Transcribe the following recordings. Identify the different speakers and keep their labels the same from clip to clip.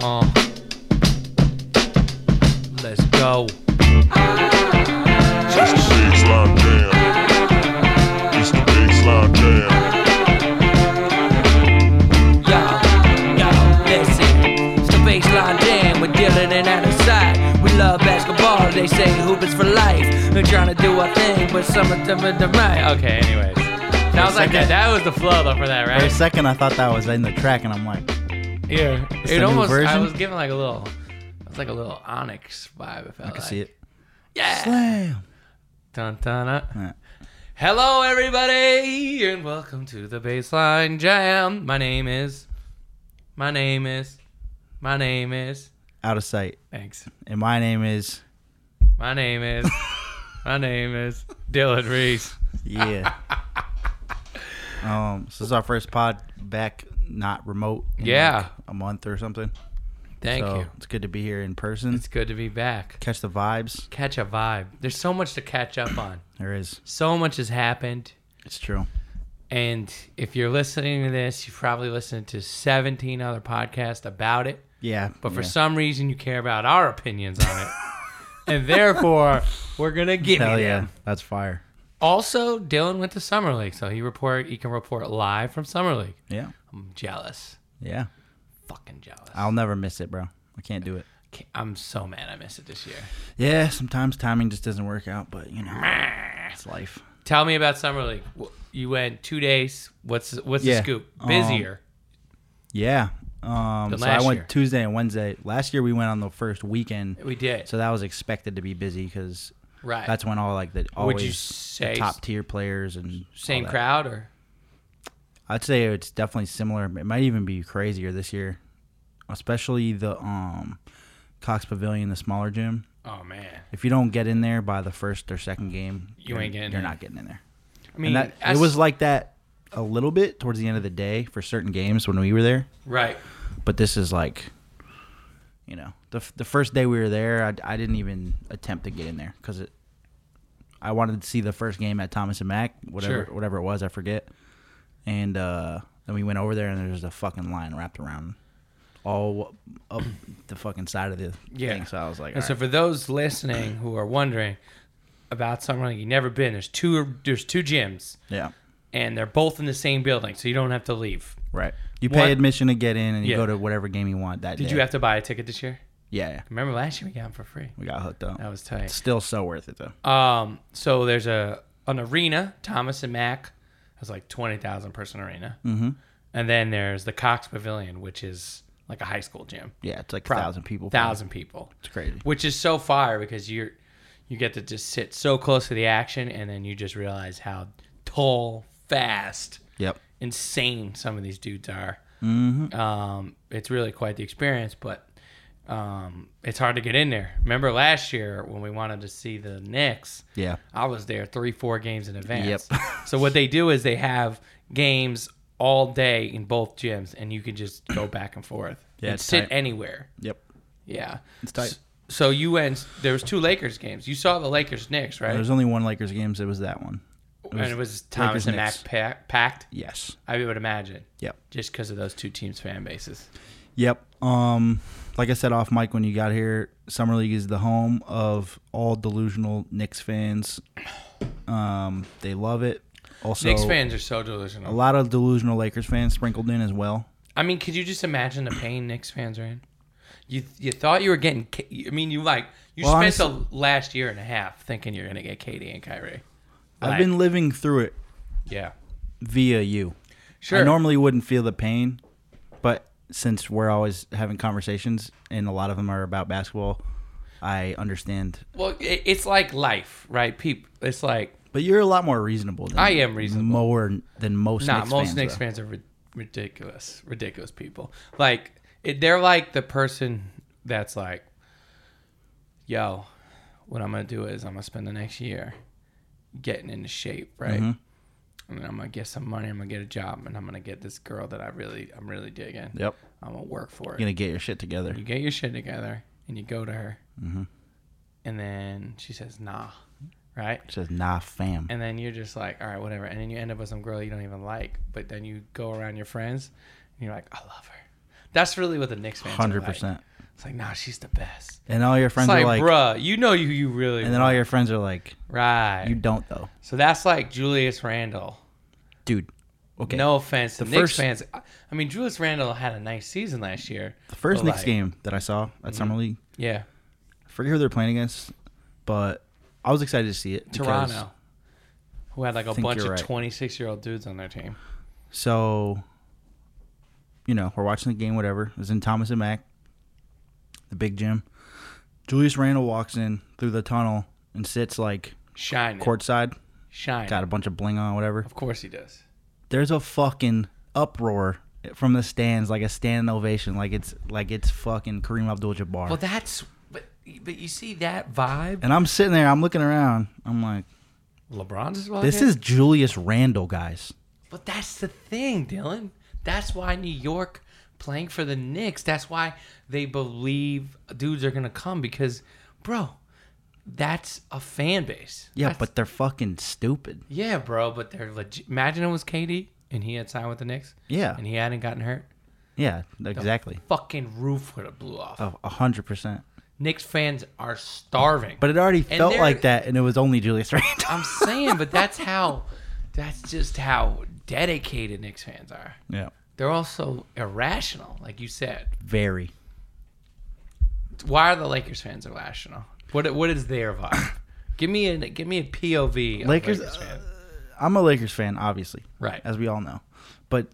Speaker 1: Uh. Let's go.
Speaker 2: It's the baseline jam. It's the baseline jam.
Speaker 1: Yo, yo, listen. It's the baseline jam. We're dealing and out of sight. We love basketball. They say hoop is for life. We're trying to do our thing, but some of them are the right.
Speaker 3: Okay, anyways. That was like that. That was the flow though for that,
Speaker 4: For a
Speaker 3: right?
Speaker 4: second, I thought that was in the track, and I'm like,
Speaker 3: Yeah.
Speaker 4: the
Speaker 3: It
Speaker 4: new
Speaker 3: almost. I
Speaker 4: version?
Speaker 3: was giving like a little. It's like a little Onyx vibe. If I,
Speaker 4: I can see it.
Speaker 3: Yeah.
Speaker 4: Slam.
Speaker 3: Dun, dun, dun.
Speaker 4: Alright.
Speaker 3: Hello, everybody, and welcome to the Baseline Jam. My name is. My name is. My name is.
Speaker 4: Out of sight.
Speaker 3: Thanks.
Speaker 4: And my name is
Speaker 3: My name is. my name is Dylan Reese.
Speaker 4: yeah. um, so this is our first pod back, not remote. in
Speaker 3: Yeah.
Speaker 4: like a month or something.
Speaker 3: Thank
Speaker 4: so
Speaker 3: you.
Speaker 4: It's good to be here in person.
Speaker 3: It's good to be back.
Speaker 4: Catch the vibes.
Speaker 3: Catch a vibe. There's so much to catch up on.
Speaker 4: There is.
Speaker 3: So much has happened.
Speaker 4: It's true.
Speaker 3: And if you're listening to this, you've probably listened to 17 other podcasts about it.
Speaker 4: Yeah.
Speaker 3: But for
Speaker 4: yeah.
Speaker 3: some reason, you care about our opinions on it. and therefore, we're going to give you
Speaker 4: hell yeah,
Speaker 3: them.
Speaker 4: that's fire.
Speaker 3: Also, Dylan went to Summer League, so he report he can report live from Summer League.
Speaker 4: Yeah.
Speaker 3: I'm jealous.
Speaker 4: Yeah.
Speaker 3: Fucking jealous.
Speaker 4: I'll never miss it, bro. I can't do it.
Speaker 3: Ca- I'm so mad I missed it this year.
Speaker 4: Yeah. Sometimes timing just doesn't work out, but you know, it's life.
Speaker 3: Tell me about Summer League. Wh- You went two days. What's what's
Speaker 4: Yeah,
Speaker 3: the scoop?
Speaker 4: um,
Speaker 3: Busier.
Speaker 4: Yeah. Um,
Speaker 3: Than
Speaker 4: so
Speaker 3: last
Speaker 4: I went
Speaker 3: year.
Speaker 4: Tuesday and Wednesday. Last year we went on the first weekend,
Speaker 3: we did.
Speaker 4: so that was expected to be busy because
Speaker 3: right.
Speaker 4: that's when all like the always
Speaker 3: Would you
Speaker 4: the
Speaker 3: say
Speaker 4: top tier players and
Speaker 3: same
Speaker 4: all that.
Speaker 3: crowd or
Speaker 4: I'd say it's definitely similar. It might even be crazier this year, especially the um, Cox Pavilion, the smaller gym.
Speaker 3: Oh man.
Speaker 4: If you don't get in there by the first or second game,
Speaker 3: You ain't getting
Speaker 4: You're
Speaker 3: in.
Speaker 4: not getting in there.
Speaker 3: I mean,
Speaker 4: and
Speaker 3: I
Speaker 4: that, it was
Speaker 3: s-
Speaker 4: like that a little bit towards the end of the day for certain games when we were there.
Speaker 3: right.
Speaker 4: but this is like you know the, f- the first day we were there i, I didn't even attempt to get in there because it i wanted to see the first game at thomas and mack whatever
Speaker 3: Sure.
Speaker 4: whatever it was i forget and uh then we went over there and there was a fucking line wrapped around all up the fucking side of the
Speaker 3: Yeah.
Speaker 4: thing so i was like
Speaker 3: And so
Speaker 4: "Alright."
Speaker 3: for those listening who are wondering about Summer League, you've never been. There's two. There's two gyms,
Speaker 4: yeah
Speaker 3: and they're both in the same building, so you don't have to leave.
Speaker 4: right you pay
Speaker 3: What-
Speaker 4: admission to get in and you
Speaker 3: Yeah.
Speaker 4: go to whatever game you want that
Speaker 3: Did
Speaker 4: day
Speaker 3: you have to buy a ticket this year?
Speaker 4: yeah, yeah
Speaker 3: Remember last year we got them for free.
Speaker 4: we got hooked up
Speaker 3: That was tight.
Speaker 4: still so worth it though
Speaker 3: Um, so there's a an arena, Thomas and Mack. That's like twenty thousand person arena. Mm-hmm. And then there's the Cox Pavilion, which is like a high school gym.
Speaker 4: yeah it's like a
Speaker 3: Prob-
Speaker 4: thousand people
Speaker 3: Thousand people.
Speaker 4: it's crazy
Speaker 3: Which is so fire because you're you get to just sit so close to the action, and then you just realize how tall, fast,
Speaker 4: yep
Speaker 3: insane some of these dudes are.
Speaker 4: Mm-hmm.
Speaker 3: Um, it's really quite the experience, but um, it's hard to get in there. Remember last year when we wanted to see the Knicks?
Speaker 4: Yeah.
Speaker 3: I was there three, four games in advance. so what they do is they have games all day in both gyms, and you can just go back and forth.
Speaker 4: Yeah,
Speaker 3: and
Speaker 4: it's
Speaker 3: sit
Speaker 4: tight.
Speaker 3: anywhere.
Speaker 4: yep
Speaker 3: Yeah, it's
Speaker 4: tight.
Speaker 3: So, you went. There was two Lakers games. You saw the Lakers Knicks, right?
Speaker 4: There was only one Lakers game, so it was that one.
Speaker 3: and it was Thomas and Mack
Speaker 4: Lakers-Knicks.
Speaker 3: pack, packed.
Speaker 4: Yes.
Speaker 3: I would imagine.
Speaker 4: Yep.
Speaker 3: Just because of those two teams' fan bases.
Speaker 4: Yep. Um, like I said off mic when you got here, Summer League is the home of all delusional Knicks fans. Um, they love it. Also,
Speaker 3: Knicks fans are so
Speaker 4: a
Speaker 3: delusional.
Speaker 4: lot of delusional Lakers fans sprinkled in as well.
Speaker 3: I mean, could you just imagine the pain Knicks fans are in? You you thought you were getting. K- I mean, you like you
Speaker 4: Well,
Speaker 3: spent the last year and a half thinking you're gonna get Katie and Kyrie.
Speaker 4: I've
Speaker 3: Like,
Speaker 4: been living through it
Speaker 3: yeah,
Speaker 4: via you.
Speaker 3: sure.
Speaker 4: I normally wouldn't feel the pain, but since we're always having conversations and a lot of them are about basketball, I understand.
Speaker 3: well, it, it's like life, right? People, it's like
Speaker 4: But you're a lot more reasonable. Than
Speaker 3: I am reasonable.
Speaker 4: More than most.
Speaker 3: Nah,
Speaker 4: Knicks
Speaker 3: most
Speaker 4: fans,
Speaker 3: Knicks
Speaker 4: though.
Speaker 3: fans are ri- ridiculous, ridiculous people. Like it, they're like the person that's like, "Yo, what I'm gonna do is I'm gonna spend the next year getting into shape, right?
Speaker 4: Mm-hmm.
Speaker 3: And then I'm gonna get some money. I'm gonna get a job, and I'm gonna get this girl that I really, I'm really digging.
Speaker 4: Yep.
Speaker 3: I'm gonna work for it.
Speaker 4: You're gonna get your shit together.
Speaker 3: you get your shit together, and you go to her,
Speaker 4: Mm-hmm.
Speaker 3: and then she says, "Nah." Right,
Speaker 4: It says nah, fam.
Speaker 3: and then you're just like, all right, whatever. And then you end up with some girl you don't even like, but then you go around your friends and you're like, I love her. That's really what the Knicks fans. are like.
Speaker 4: hundred percent.
Speaker 3: It's like, nah, she's the best.
Speaker 4: And all your
Speaker 3: It's
Speaker 4: friends
Speaker 3: like,
Speaker 4: are like,
Speaker 3: bruh, you know you you really.
Speaker 4: and then all your friends are like,
Speaker 3: right.
Speaker 4: you don't though,
Speaker 3: so that's like Julius Randle.
Speaker 4: dude. Okay,
Speaker 3: No offense to
Speaker 4: The
Speaker 3: Knicks
Speaker 4: first-
Speaker 3: fans. I- I mean, Julius Randle had a nice season last year.
Speaker 4: the first
Speaker 3: but,
Speaker 4: Knicks
Speaker 3: like, Mm-hmm.
Speaker 4: game that I saw at summer league,
Speaker 3: Yeah,
Speaker 4: I forget who they're playing against, but I was excited to see it. because-
Speaker 3: Toronto, who had like a
Speaker 4: think
Speaker 3: bunch
Speaker 4: you're
Speaker 3: of
Speaker 4: right.
Speaker 3: twenty-six-year-old dudes on their team.
Speaker 4: So, you know, we're watching the game, whatever. It was in Thomas and Mack, the big gym. Julius Randle walks in through the tunnel and sits like
Speaker 3: Shining,
Speaker 4: courtside,
Speaker 3: shining.
Speaker 4: got a bunch of bling on, whatever.
Speaker 3: Of course he does.
Speaker 4: There's a fucking uproar from the stands, like a standing ovation, like it's like it's fucking Kareem Abdul-Jabbar.
Speaker 3: Well, that's but but you see that vibe.
Speaker 4: and I'm sitting there, I'm looking around, I'm like,
Speaker 3: LeBron's as well.
Speaker 4: this
Speaker 3: yeah?
Speaker 4: is Julius Randle, guys.
Speaker 3: But that's the thing, Dylan. That's why New York playing for the Knicks. That's why they believe dudes are gonna come because, bro, that's a fan base.
Speaker 4: Yeah,
Speaker 3: That's-
Speaker 4: but they're fucking stupid.
Speaker 3: yeah, bro. But they're legit. Imagine it was KD and he had signed with the Knicks.
Speaker 4: Yeah.
Speaker 3: and he hadn't gotten hurt.
Speaker 4: Yeah, exactly.
Speaker 3: Fucking roof would have blew off.
Speaker 4: A a hundred percent.
Speaker 3: Knicks fans are starving.
Speaker 4: But it already
Speaker 3: And
Speaker 4: felt
Speaker 3: they're-
Speaker 4: like that, and it was only Julius Randle.
Speaker 3: I'm saying, but that's how. That's just how dedicated Knicks fans are.
Speaker 4: yeah,
Speaker 3: They're also irrational, like you said.
Speaker 4: very.
Speaker 3: why are the Lakers fans irrational? What what is their vibe? give me a give me a POV. Of Lakers,
Speaker 4: Lakers- uh,
Speaker 3: fan.
Speaker 4: I'm a Lakers fan, obviously,
Speaker 3: right?
Speaker 4: as we all know. But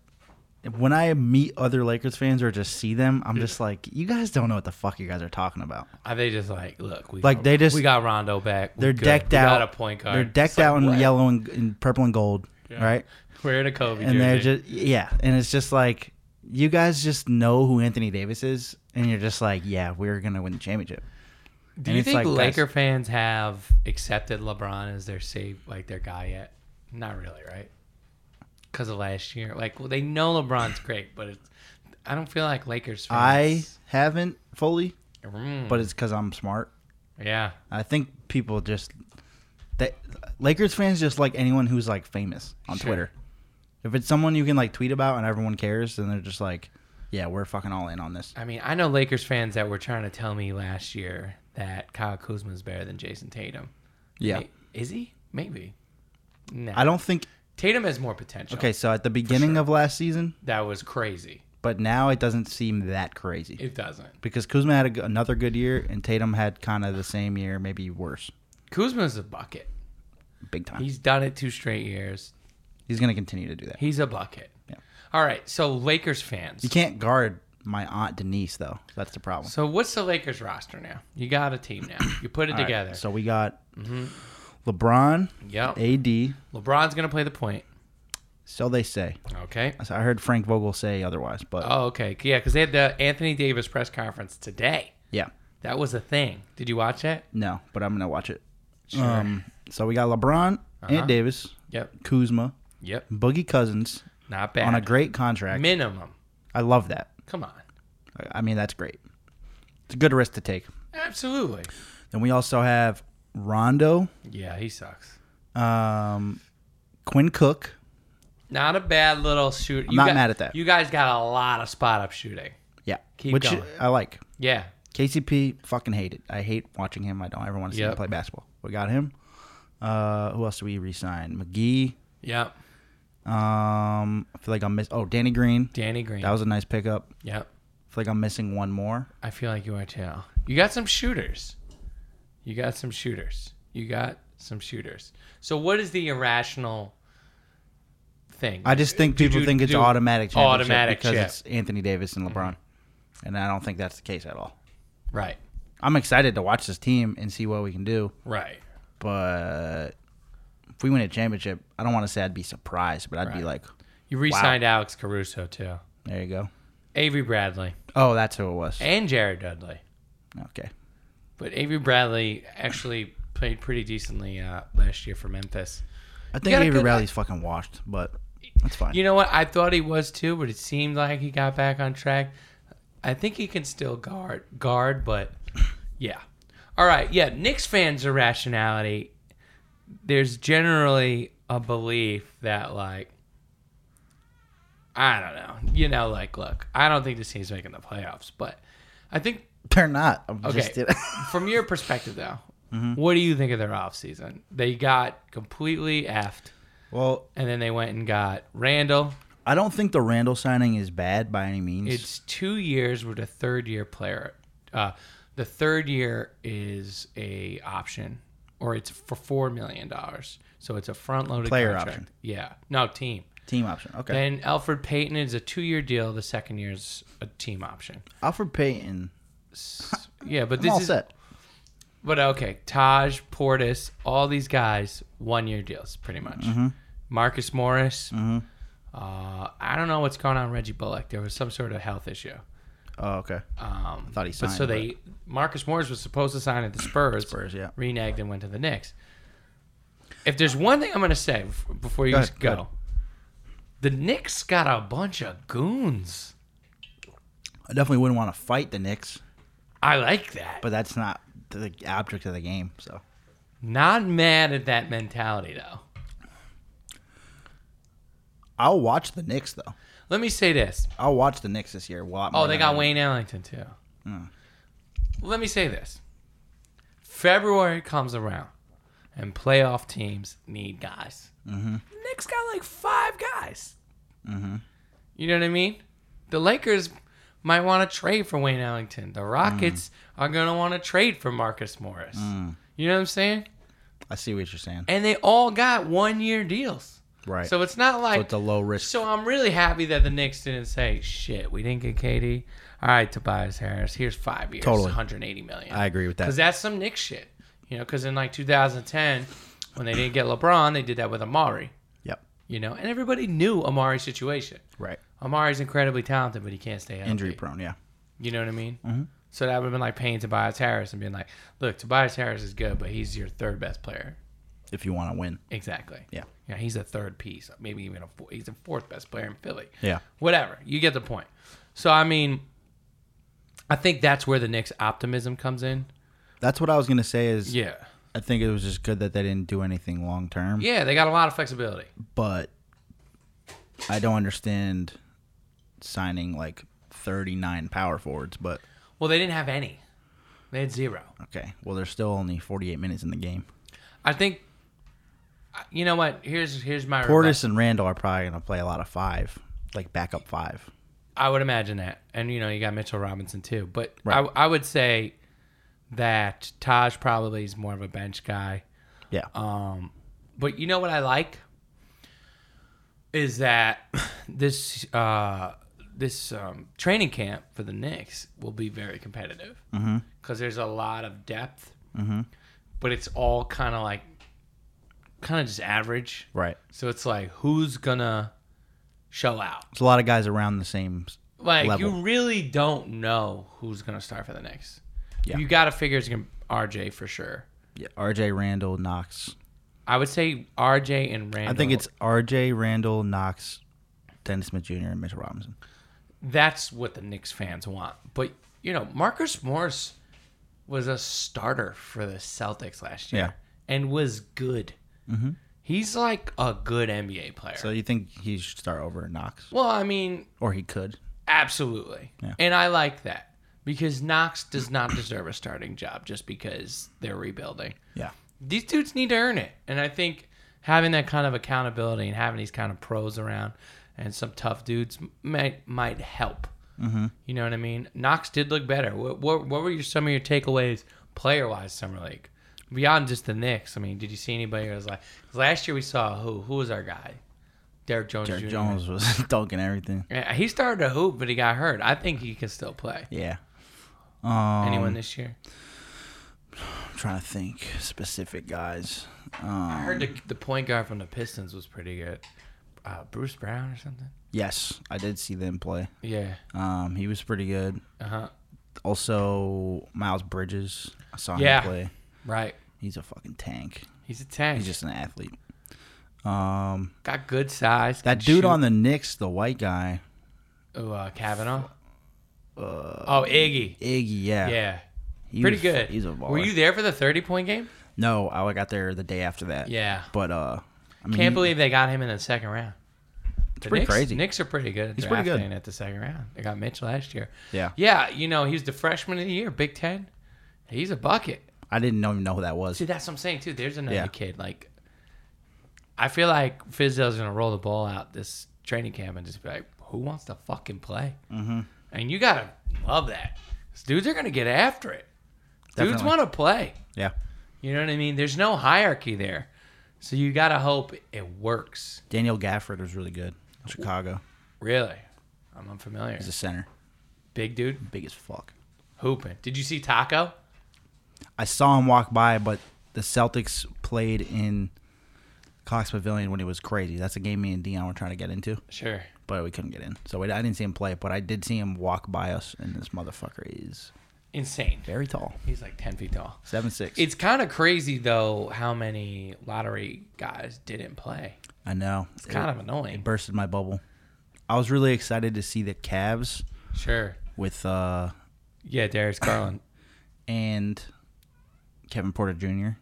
Speaker 4: when I meet other Lakers fans or just see them, I'm just like, you guys don't know what the fuck you guys are talking about.
Speaker 3: Are they just like look? We
Speaker 4: Like, they just-
Speaker 3: we got Rondo back. We
Speaker 4: They're
Speaker 3: good.
Speaker 4: decked
Speaker 3: we
Speaker 4: out.
Speaker 3: Got a point guard.
Speaker 4: They're decked
Speaker 3: It's like,
Speaker 4: out in
Speaker 3: what?
Speaker 4: yellow and, and purple and gold, right?
Speaker 3: Wearing a Kobe
Speaker 4: And they're
Speaker 3: jersey.
Speaker 4: just yeah, and it's just like you guys just know who Anthony Davis is, and you're just like, yeah, we're gonna win the championship.
Speaker 3: Do
Speaker 4: and
Speaker 3: you
Speaker 4: it's
Speaker 3: think
Speaker 4: like,
Speaker 3: Laker
Speaker 4: guys-
Speaker 3: fans have accepted LeBron as their save like their guy yet? Not really, right? Because of last year, like well, they know LeBron's great, but it's, I don't feel like Lakers
Speaker 4: I
Speaker 3: fans.
Speaker 4: haven't fully,
Speaker 3: I mm,
Speaker 4: but it's because I'm smart.
Speaker 3: yeah,
Speaker 4: I think people just that Lakers fans just like anyone who's like famous on
Speaker 3: Sure.
Speaker 4: Twitter. If it's someone you can like tweet about and everyone cares, then they're just like, yeah, we're fucking all in on this.
Speaker 3: I mean, I know Lakers fans that were trying to tell me last year that Kyle Kuzma's better than Jason Tatum.
Speaker 4: Yeah.
Speaker 3: May- Is he? Maybe. No.
Speaker 4: I don't think
Speaker 3: Tatum has more potential.
Speaker 4: okay, so at the beginning of last season,
Speaker 3: That was crazy.
Speaker 4: but now it doesn't seem that crazy.
Speaker 3: It doesn't.
Speaker 4: because Kuzma had a g another good year and Tatum had kind of the same year, maybe worse.
Speaker 3: Kuzma's a bucket.
Speaker 4: Big time. He's,
Speaker 3: He's done it two straight years.
Speaker 4: going to continue to do that.
Speaker 3: He's a bucket.
Speaker 4: Yeah.
Speaker 3: All right. So Lakers fans.
Speaker 4: You can't guard my aunt Denise though. That's the problem.
Speaker 3: So what's the Lakers roster now? You got a team now. You put it
Speaker 4: All right,
Speaker 3: together. Mm-hmm. Oh.
Speaker 4: so we got LeBron,
Speaker 3: yep.
Speaker 4: AD,
Speaker 3: LeBron's gonna play the point.
Speaker 4: so they say.
Speaker 3: Okay.
Speaker 4: So I heard Frank Vogel say otherwise, but
Speaker 3: Oh, okay. Yeah, because they had the Anthony Davis press conference today.
Speaker 4: yeah,
Speaker 3: That was a thing. Did you watch it?
Speaker 4: no. But I'm gonna watch it. Um, so we got LeBron, Ant Davis,
Speaker 3: Uh-huh. Yep.
Speaker 4: Kuzma,
Speaker 3: Yep.
Speaker 4: Boogie Cousins
Speaker 3: Not bad.
Speaker 4: on a great contract.
Speaker 3: minimum.
Speaker 4: I love that.
Speaker 3: Come on.
Speaker 4: I- I mean, that's great. It's a good risk to take.
Speaker 3: Absolutely.
Speaker 4: Then we also have Rondo,
Speaker 3: Yeah, he sucks.
Speaker 4: um, Quinn Cook.
Speaker 3: Not a bad little shoot. You
Speaker 4: not
Speaker 3: got-
Speaker 4: mad at that.
Speaker 3: You guys got a lot of spot up shooting.
Speaker 4: Yeah,
Speaker 3: Keep
Speaker 4: which
Speaker 3: going.
Speaker 4: I like.
Speaker 3: Yeah.
Speaker 4: KCP fucking hate it. I hate watching him. I don't ever want to see
Speaker 3: Yep.
Speaker 4: him play basketball. We got him. Uh, who else do we resign? McGee.
Speaker 3: Yep.
Speaker 4: Um, I feel like I'm miss. Oh, Danny Green.
Speaker 3: Danny Green.
Speaker 4: That was a nice pickup. I
Speaker 3: yep.
Speaker 4: feel like I'm missing one more.
Speaker 3: I feel like you are too. You got some shooters. You got some shooters. You got some shooters. So what is the irrational thing?
Speaker 4: I just think
Speaker 3: Do-
Speaker 4: people
Speaker 3: do-
Speaker 4: think it's
Speaker 3: do-
Speaker 4: automatic championship
Speaker 3: Automatic Mm-hmm.
Speaker 4: because
Speaker 3: chip.
Speaker 4: it's Anthony Davis and LeBron, and I don't think that's the case at all.
Speaker 3: Right.
Speaker 4: I'm excited to watch this team and see what we can do,
Speaker 3: Right.
Speaker 4: but if we win a championship, I don't want to say I'd be surprised, but I'd be like,
Speaker 3: You re-signed Alex Caruso too.
Speaker 4: there you go.
Speaker 3: Avery Bradley
Speaker 4: Oh, that's who it was.
Speaker 3: and Jared Dudley.
Speaker 4: Okay,
Speaker 3: But Avery Bradley actually played pretty decently uh, last year for Memphis.
Speaker 4: I
Speaker 3: got
Speaker 4: think
Speaker 3: a
Speaker 4: Avery
Speaker 3: good-
Speaker 4: Bradley's fucking washed, but that's fine.
Speaker 3: You know what? I thought he was too, but it seemed like he got back on track. I think he can still guard, guard, but yeah. All right, yeah. Knicks fans' irrationality. There's generally a belief that like I don't know. You know, like, look, I don't think this team's making the playoffs, but I think
Speaker 4: They're not. I'm just
Speaker 3: okay.
Speaker 4: kidding.
Speaker 3: from your perspective, though,
Speaker 4: Mm-hmm.
Speaker 3: what do you think of their offseason? They got completely effed,
Speaker 4: well,
Speaker 3: and then they went and got Randall.
Speaker 4: I don't think the Randall signing is bad by any means.
Speaker 3: It's two years with a third year player. Uh, the third year is a option, or it's for four million dollars. So it's a front loaded
Speaker 4: Player
Speaker 3: contract.
Speaker 4: option.
Speaker 3: Yeah, no team.
Speaker 4: team option. Okay.
Speaker 3: Then Alfred Payton is a two year deal. The second year is a team option.
Speaker 4: Alfred Payton.
Speaker 3: S- Yeah, but
Speaker 4: I'm
Speaker 3: this
Speaker 4: all
Speaker 3: is
Speaker 4: set.
Speaker 3: But okay, Taj, Portis, all these guys, one year deals, pretty much.
Speaker 4: Mm-hmm.
Speaker 3: Marcus Morris. Uh, I don't know what's going on. with Reggie Bullock. There was some sort of health issue.
Speaker 4: Oh, okay.
Speaker 3: Um, I
Speaker 4: thought he
Speaker 3: But so
Speaker 4: signed,
Speaker 3: they Marcus Morris was supposed to sign at the Spurs.
Speaker 4: Spurs, yeah.
Speaker 3: Reneged and went to the Knicks. If there's one thing I'm going to say bef- before you
Speaker 4: Go
Speaker 3: go,
Speaker 4: ahead, go
Speaker 3: go,
Speaker 4: ahead.
Speaker 3: the Knicks got a bunch of goons.
Speaker 4: I definitely wouldn't want to fight the Knicks,
Speaker 3: I like that.
Speaker 4: but that's not the object of the game. So
Speaker 3: Not mad at that mentality though.
Speaker 4: I'll watch the Knicks though.
Speaker 3: Let me say this.
Speaker 4: I'll watch the Knicks this year. a lot
Speaker 3: Oh,
Speaker 4: more
Speaker 3: they
Speaker 4: than
Speaker 3: got
Speaker 4: I-
Speaker 3: Wayne Ellington too. Let me say this: February comes around, and playoff teams need guys. Mm-hmm. Knicks got like five guys. You know what I mean? The Lakers might want to trade for Wayne Ellington. The Rockets are gonna want to trade for Marcus Morris. You know what I'm saying?
Speaker 4: I see what you're saying.
Speaker 3: And they all got one year deals.
Speaker 4: Right.
Speaker 3: So it's not like
Speaker 4: it's a low risk.
Speaker 3: So I'm really happy that the Knicks didn't say, "Shit, we didn't get KD." All right, Tobias Harris, here's five years,
Speaker 4: Totally.
Speaker 3: 180 million.
Speaker 4: I agree with that.
Speaker 3: because that's some Knicks shit, you know. Because in like 2010, when they didn't get LeBron, they did that with Amari,
Speaker 4: Yep.
Speaker 3: you know, and everybody knew Amari's situation.
Speaker 4: Right.
Speaker 3: Amari's incredibly talented, but he can't stay healthy.
Speaker 4: Injury prone. Yeah.
Speaker 3: You know what I mean? Mm-hmm. So that would have been like paying Tobias Harris and being like, "Look, Tobias Harris is good, but he's your third best player."
Speaker 4: If you want to win.
Speaker 3: Exactly.
Speaker 4: Yeah.
Speaker 3: Yeah, he's a third piece, maybe even a four, he's the fourth best player in Philly.
Speaker 4: Yeah.
Speaker 3: Whatever. You get the point. So I mean, I think that's where the Knicks optimism comes in.
Speaker 4: That's what I was gonna say. Is
Speaker 3: Yeah.
Speaker 4: I think it was just good that they didn't do anything long term.
Speaker 3: Yeah, they got a lot of flexibility.
Speaker 4: But I don't understand signing like 39 power forwards. But
Speaker 3: Well, they didn't have any. They had zero.
Speaker 4: okay. Well, there's still only 48 minutes in the game.
Speaker 3: I think you know what? Here's here's my
Speaker 4: Portis and Randall are probably gonna play a lot of five, like backup five.
Speaker 3: I would imagine that. And, you know, you got Mitchell Robinson too. But
Speaker 4: Right.
Speaker 3: I, I would say that Taj probably is more of a bench guy.
Speaker 4: Yeah.
Speaker 3: Um, but you know what I like? Is that this uh, this um, training camp for the Knicks will be very competitive because
Speaker 4: Mm-hmm.
Speaker 3: there's a lot of depth, but it's all kind of like kind of just average.
Speaker 4: right.
Speaker 3: So it's like who's gonna show out?
Speaker 4: It's a lot of guys around the same.
Speaker 3: Like
Speaker 4: level.
Speaker 3: you really don't know who's gonna start for the Knicks.
Speaker 4: Yeah.
Speaker 3: You got to figure it's gonna RJ for sure.
Speaker 4: Yeah, RJ Randall Knox.
Speaker 3: I would say RJ and Randall.
Speaker 4: I think it's RJ Randall Knox, Dennis Smith Jr. and Mitchell Robinson.
Speaker 3: that's what the Knicks fans want. But you know, Marcus Morris was a starter for the Celtics last year and was good. He's like a good NBA player.
Speaker 4: Mm-hmm. So you think he should start over Knox,
Speaker 3: well, I mean,
Speaker 4: or he could?
Speaker 3: absolutely,
Speaker 4: Yeah.
Speaker 3: and I like that because Knox does not deserve a starting job just because they're rebuilding.
Speaker 4: Yeah.
Speaker 3: These dudes need to earn it, and I think having that kind of accountability and having these kind of pros around and some tough dudes might might help.
Speaker 4: Mm-hmm.
Speaker 3: You know what I mean? Knox did look better. What what, what were your, some of your takeaways player wise summer league? Beyond just the Knicks, I mean, did you see anybody who was like 'cause last year we saw who who was our guy? Derrick Jones
Speaker 4: Derrick
Speaker 3: Jr.
Speaker 4: Jones was dunking everything.
Speaker 3: Yeah, He started to hoop, but he got hurt. I think he can still play.
Speaker 4: Yeah. Um,
Speaker 3: Anyone this year?
Speaker 4: I'm trying to think specific guys.
Speaker 3: I
Speaker 4: Um,
Speaker 3: heard the, the point guard from the Pistons was pretty good. Uh, Bruce Brown or something.
Speaker 4: yes, I did see them play.
Speaker 3: Yeah.
Speaker 4: Um, he was pretty good.
Speaker 3: Uh huh.
Speaker 4: Also, Miles Bridges, I saw
Speaker 3: Yeah.
Speaker 4: him play.
Speaker 3: Right.
Speaker 4: He's a fucking tank.
Speaker 3: He's a tank.
Speaker 4: He's just an athlete. Um,
Speaker 3: got good size.
Speaker 4: that dude on the Knicks, the white guy,
Speaker 3: Ooh, uh, Kavanaugh. oh, Iggy.
Speaker 4: uh, Iggy. Yeah,
Speaker 3: Yeah.
Speaker 4: He
Speaker 3: Pretty
Speaker 4: was-
Speaker 3: good.
Speaker 4: He's a baller.
Speaker 3: Were you there for the 30 point game?
Speaker 4: No, I got there the day after that.
Speaker 3: Yeah.
Speaker 4: but uh, I mean,
Speaker 3: Can't
Speaker 4: he-
Speaker 3: believe they got him in the second round. It's
Speaker 4: pretty crazy.
Speaker 3: Knicks are pretty good at
Speaker 4: He's pretty
Speaker 3: drafting
Speaker 4: good.
Speaker 3: at the second round. They got Mitch last year.
Speaker 4: Yeah.
Speaker 3: Yeah, you know, he's the freshman of the year, Big Ten. He's a bucket.
Speaker 4: I didn't know- even know who that was.
Speaker 3: See, that's what I'm saying too. There's another
Speaker 4: Yeah.
Speaker 3: kid. Like, I feel like Fizdale's gonna roll the ball out this training camp and just be like, "Who wants to fucking play?" Mm-hmm. And you gotta love that. 'Cause Dudes are gonna get after it. Dudes
Speaker 4: Definitely.
Speaker 3: want to play.
Speaker 4: Yeah.
Speaker 3: You know what I mean? There's no hierarchy there, so you gotta hope it works.
Speaker 4: Daniel Gafford was really good. in Chicago.
Speaker 3: Really, I'm unfamiliar.
Speaker 4: He's a center.
Speaker 3: Big dude
Speaker 4: Big as fuck.
Speaker 3: hooping. Did you see Taco?
Speaker 4: I saw him walk by, but the Celtics played in Cox Pavilion when it was crazy. That's a game me and Dion were trying to get into,
Speaker 3: Sure.
Speaker 4: but we couldn't get in. So we, I didn't see him play, but I did see him walk by us, and this motherfucker is
Speaker 3: Insane.
Speaker 4: very tall,
Speaker 3: He's like ten feet tall.
Speaker 4: seven six.
Speaker 3: It's kind of crazy though how many lottery guys didn't play.
Speaker 4: I know.
Speaker 3: It's kind of annoying.
Speaker 4: bursted my bubble. I was really excited to see the Cavs
Speaker 3: Sure.
Speaker 4: with uh
Speaker 3: Yeah, Darius Garland.
Speaker 4: and Kevin Porter Jr.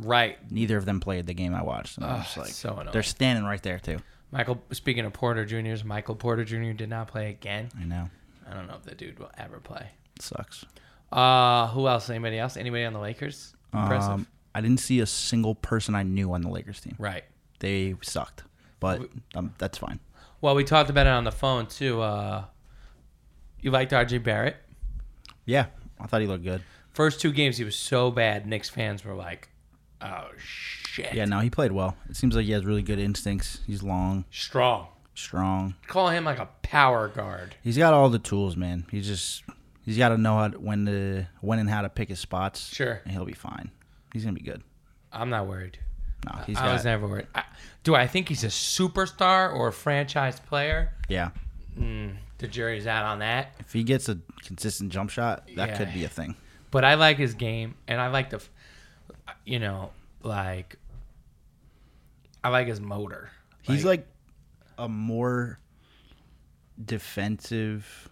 Speaker 3: right.
Speaker 4: Neither of them played the game I watched. And I was
Speaker 3: Ugh,
Speaker 4: like,
Speaker 3: Ah, so annoying.
Speaker 4: they're standing right there too.
Speaker 3: Michael. Speaking of Porter Juniors, Michael Porter Jr. did not play again.
Speaker 4: I know.
Speaker 3: I don't know if the dude will ever play.
Speaker 4: It sucks.
Speaker 3: Uh, who else? Anybody else? Anybody on the Lakers? Impressive.
Speaker 4: Um, I didn't see a single person I knew on the Lakers team.
Speaker 3: right.
Speaker 4: They sucked, but um, that's fine.
Speaker 3: Well, we talked about it on the phone too. Uh, you liked RJ Barrett.
Speaker 4: Yeah, I thought he looked good.
Speaker 3: First two games, he was so bad. Knicks fans were like, "Oh shit."
Speaker 4: Yeah, no, he played well. It seems like he has really good instincts. He's long,
Speaker 3: Strong.
Speaker 4: strong.
Speaker 3: Call him like a power guard.
Speaker 4: He's got all the tools, man. He's just he's got to know how to, when to when and how to pick his spots.
Speaker 3: Sure.
Speaker 4: and he'll be fine. He's gonna be good.
Speaker 3: I'm not worried.
Speaker 4: No, he's
Speaker 3: I
Speaker 4: got
Speaker 3: was never worried. I, do I think he's a superstar or a franchise player?
Speaker 4: yeah.
Speaker 3: The jury's out on that.
Speaker 4: If he gets a consistent jump shot, that
Speaker 3: Yeah.
Speaker 4: could be a thing.
Speaker 3: But I like his game, and I like the, f- you know, like, I like his motor.
Speaker 4: He's like a more defensive,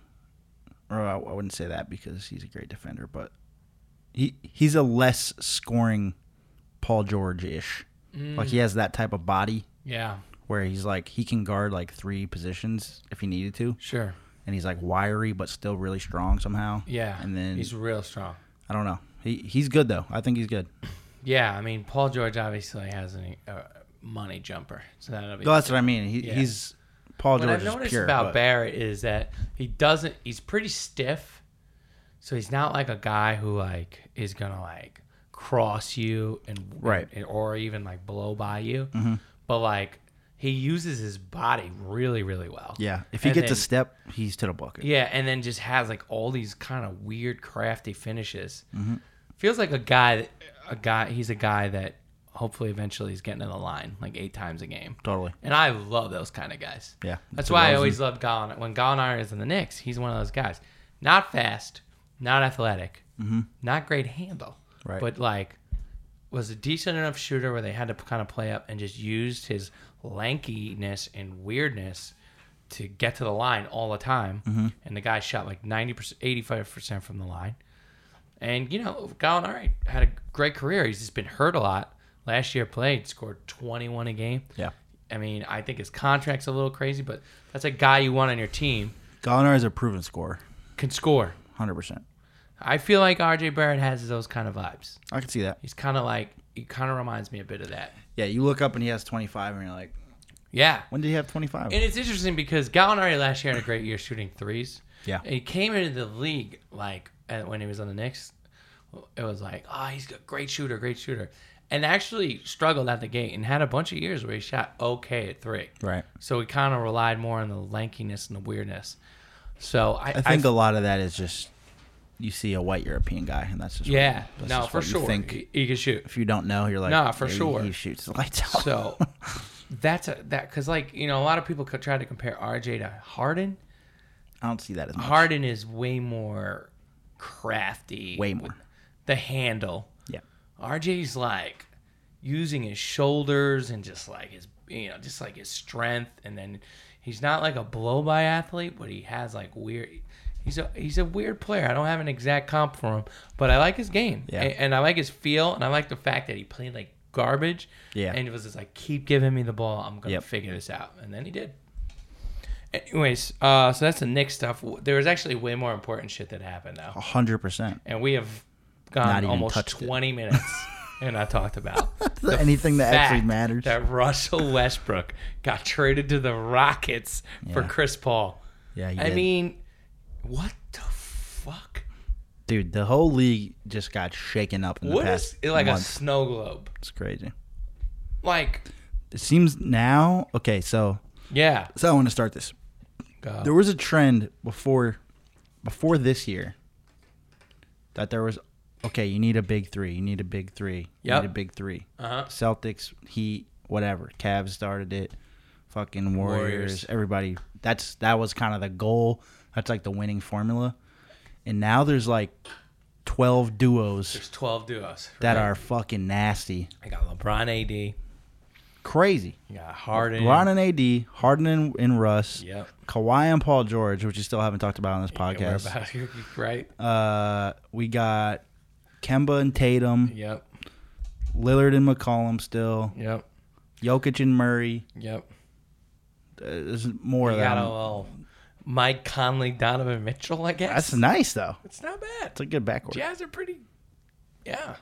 Speaker 4: or I, I wouldn't say that because he's a great defender, but he he's a less scoring Paul George ish.
Speaker 3: Mm.
Speaker 4: Like he has that type of body
Speaker 3: yeah,
Speaker 4: where he's like he can guard like three positions if he needed to,
Speaker 3: sure,
Speaker 4: and he's like wiry but still really strong somehow.
Speaker 3: yeah.
Speaker 4: and then
Speaker 3: he's real strong.
Speaker 4: I don't know. He he's good though. I think he's good.
Speaker 3: Yeah, I mean, Paul George obviously has a uh, money jumper, so that'll be.
Speaker 4: No, that's what I mean. He,
Speaker 3: Yeah.
Speaker 4: He's Paul
Speaker 3: what
Speaker 4: George
Speaker 3: I've noticed
Speaker 4: is pure.
Speaker 3: about
Speaker 4: but-
Speaker 3: Barrett is that he doesn't. He's pretty stiff, so he's not like a guy who like is gonna like cross you and
Speaker 4: Right. Mm-hmm.
Speaker 3: and- or even like blow by you. But like he uses his body really really well.
Speaker 4: yeah, if he
Speaker 3: And
Speaker 4: gets a
Speaker 3: then-
Speaker 4: step, he's to the bucket.
Speaker 3: yeah, and then just has like all these kind of weird crafty finishes.
Speaker 4: Mm-hmm.
Speaker 3: Feels like a guy that a guy he's a guy that hopefully eventually he's getting in the line like eight times a game.
Speaker 4: Totally.
Speaker 3: And I love those kind of guys.
Speaker 4: Yeah.
Speaker 3: That's
Speaker 4: DeRozan.
Speaker 3: why I always love Gallinari. When Gallinari is in the Knicks, he's one of those guys. Not fast, not athletic, not great handle,
Speaker 4: Mm-hmm. Right.
Speaker 3: but like was a decent enough shooter where they had to kind of play up and just used his lankiness and weirdness to get to the line all the time.
Speaker 4: Mm-hmm.
Speaker 3: And the guy shot like 90%, 85% from the line. And, you know, Gallinari had a great career. He's just been hurt a lot. Last year played, scored 21 a game.
Speaker 4: Yeah.
Speaker 3: I mean, I think his contract's a little crazy, but that's a guy you want on your team
Speaker 4: Gallinari is a proven scorer,
Speaker 3: can score.
Speaker 4: hundred percent.
Speaker 3: I feel like RJ Barrett has those kind of vibes.
Speaker 4: I can see that.
Speaker 3: He's kind of like he kind of reminds me a bit of that.
Speaker 4: Yeah, you look up and he has twenty five, and you're like,
Speaker 3: Yeah.
Speaker 4: when did he have twenty five?
Speaker 3: And it's interesting because Gallinari last year had a great year shooting threes.
Speaker 4: Yeah.
Speaker 3: And he came into the league like at- when he was on the Knicks. It was like, oh, he's a great shooter, great shooter. And actually struggled at the gate and had a bunch of years where he shot okay at three.
Speaker 4: Right.
Speaker 3: So he kind of relied more on the lankiness and the weirdness. So I,
Speaker 4: I think a lot of that is just you see a white European guy, and that's just what-
Speaker 3: yeah,
Speaker 4: that's
Speaker 3: no,
Speaker 4: just
Speaker 3: for
Speaker 4: what you
Speaker 3: sure.
Speaker 4: think.
Speaker 3: He, he can shoot.
Speaker 4: if you don't know, you're like,
Speaker 3: Nah, for
Speaker 4: "Yeah, he-
Speaker 3: sure."
Speaker 4: he shoots the lights out.
Speaker 3: So that's a, that because like you know a lot of people could try to compare RJ to Harden.
Speaker 4: I don't see that as much.
Speaker 3: Harden is way more crafty.
Speaker 4: Way more.
Speaker 3: The handle.
Speaker 4: Yeah,
Speaker 3: RJ's like using his shoulders and just like his you know just like his strength and then he's not like a blow by athlete but he has like weird he's a he's a weird player I don't have an exact comp for him but I like his game
Speaker 4: Yeah.
Speaker 3: A- and, I like his feel and I like the fact that he played like garbage
Speaker 4: Yeah.
Speaker 3: and it was just like keep giving me the ball I'm gonna
Speaker 4: Yep.
Speaker 3: figure this out and then he did Anyways, uh, so that's the Knicks stuff. There was actually way more important shit that happened though,
Speaker 4: hundred percent.
Speaker 3: and we have
Speaker 4: Oh. Not
Speaker 3: gone
Speaker 4: even
Speaker 3: almost
Speaker 4: touched it.
Speaker 3: twenty minutes and I talked about the
Speaker 4: Anything that actually
Speaker 3: fact
Speaker 4: matters.
Speaker 3: That Russell Westbrook got traded to the Rockets for
Speaker 4: Yeah.
Speaker 3: Chris Paul.
Speaker 4: Yeah, you
Speaker 3: I
Speaker 4: did.
Speaker 3: mean, what the fuck?
Speaker 4: dude, the whole league just got shaken up in
Speaker 3: What
Speaker 4: the past
Speaker 3: is it like a
Speaker 4: month.
Speaker 3: snow globe?
Speaker 4: It's crazy.
Speaker 3: Like,
Speaker 4: It seems now. Okay, so
Speaker 3: yeah.
Speaker 4: so I want to start this.
Speaker 3: Go.
Speaker 4: There was a trend before before this year that there was okay, you need a big 3, you need a big 3, you
Speaker 3: Yep.
Speaker 4: need a big 3.
Speaker 3: Uh-huh.
Speaker 4: Celtics, Heat, whatever. Cavs started it. Fucking Warriors,
Speaker 3: Warriors.
Speaker 4: everybody. That's that was kind of the goal. That's like the winning formula. And now there's like 12 duos
Speaker 3: There's 12 duos.
Speaker 4: that
Speaker 3: right?
Speaker 4: are fucking nasty.
Speaker 3: I got LeBron AD. You
Speaker 4: Crazy.
Speaker 3: got Harden.
Speaker 4: LeBron and AD, Harden and, and Russ,
Speaker 3: Yep.
Speaker 4: Kawhi and Paul George, which we still haven't talked about on this
Speaker 3: Yeah,
Speaker 4: podcast.
Speaker 3: we're about- you're right?
Speaker 4: Uh, we got Kemba and Tatum,
Speaker 3: Yep.
Speaker 4: Lillard and McCollum still,
Speaker 3: Yep.
Speaker 4: Jokic and Murray.
Speaker 3: Yep.
Speaker 4: Uh, There's more
Speaker 3: You
Speaker 4: of
Speaker 3: got
Speaker 4: that.
Speaker 3: a little Mike Conley, Donovan Mitchell, I guess.
Speaker 4: That's nice though.
Speaker 3: it's not bad.
Speaker 4: It's a good backcourt.
Speaker 3: Jazz are pretty. Yeah.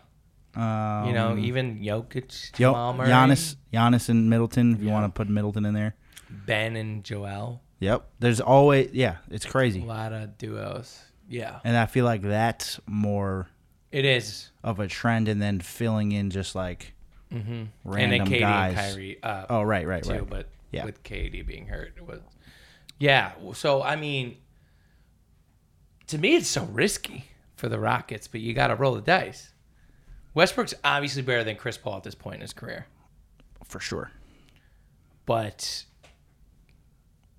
Speaker 4: Um,
Speaker 3: You know, even Jokic,
Speaker 4: Yo,
Speaker 3: Jamal Murray,
Speaker 4: Giannis, Giannis and Middleton. If you want to put Middleton in there.
Speaker 3: Ben and Joel.
Speaker 4: Yep. There's always yeah. It's
Speaker 3: A
Speaker 4: crazy,
Speaker 3: lot of duos. Yeah.
Speaker 4: and I feel like that's more
Speaker 3: It is.
Speaker 4: of a trend, and then filling in just like random
Speaker 3: Mm-hmm. and then Katie
Speaker 4: guys.
Speaker 3: and Kyrie uh,
Speaker 4: Oh right, right,
Speaker 3: too,
Speaker 4: right.
Speaker 3: but
Speaker 4: Yeah.
Speaker 3: with Katie being hurt, it was. Yeah. So I mean, to me, it's so risky for the Rockets, but you got to roll the dice. Westbrook's obviously better than Chris Paul at this point in his career,
Speaker 4: For sure.
Speaker 3: but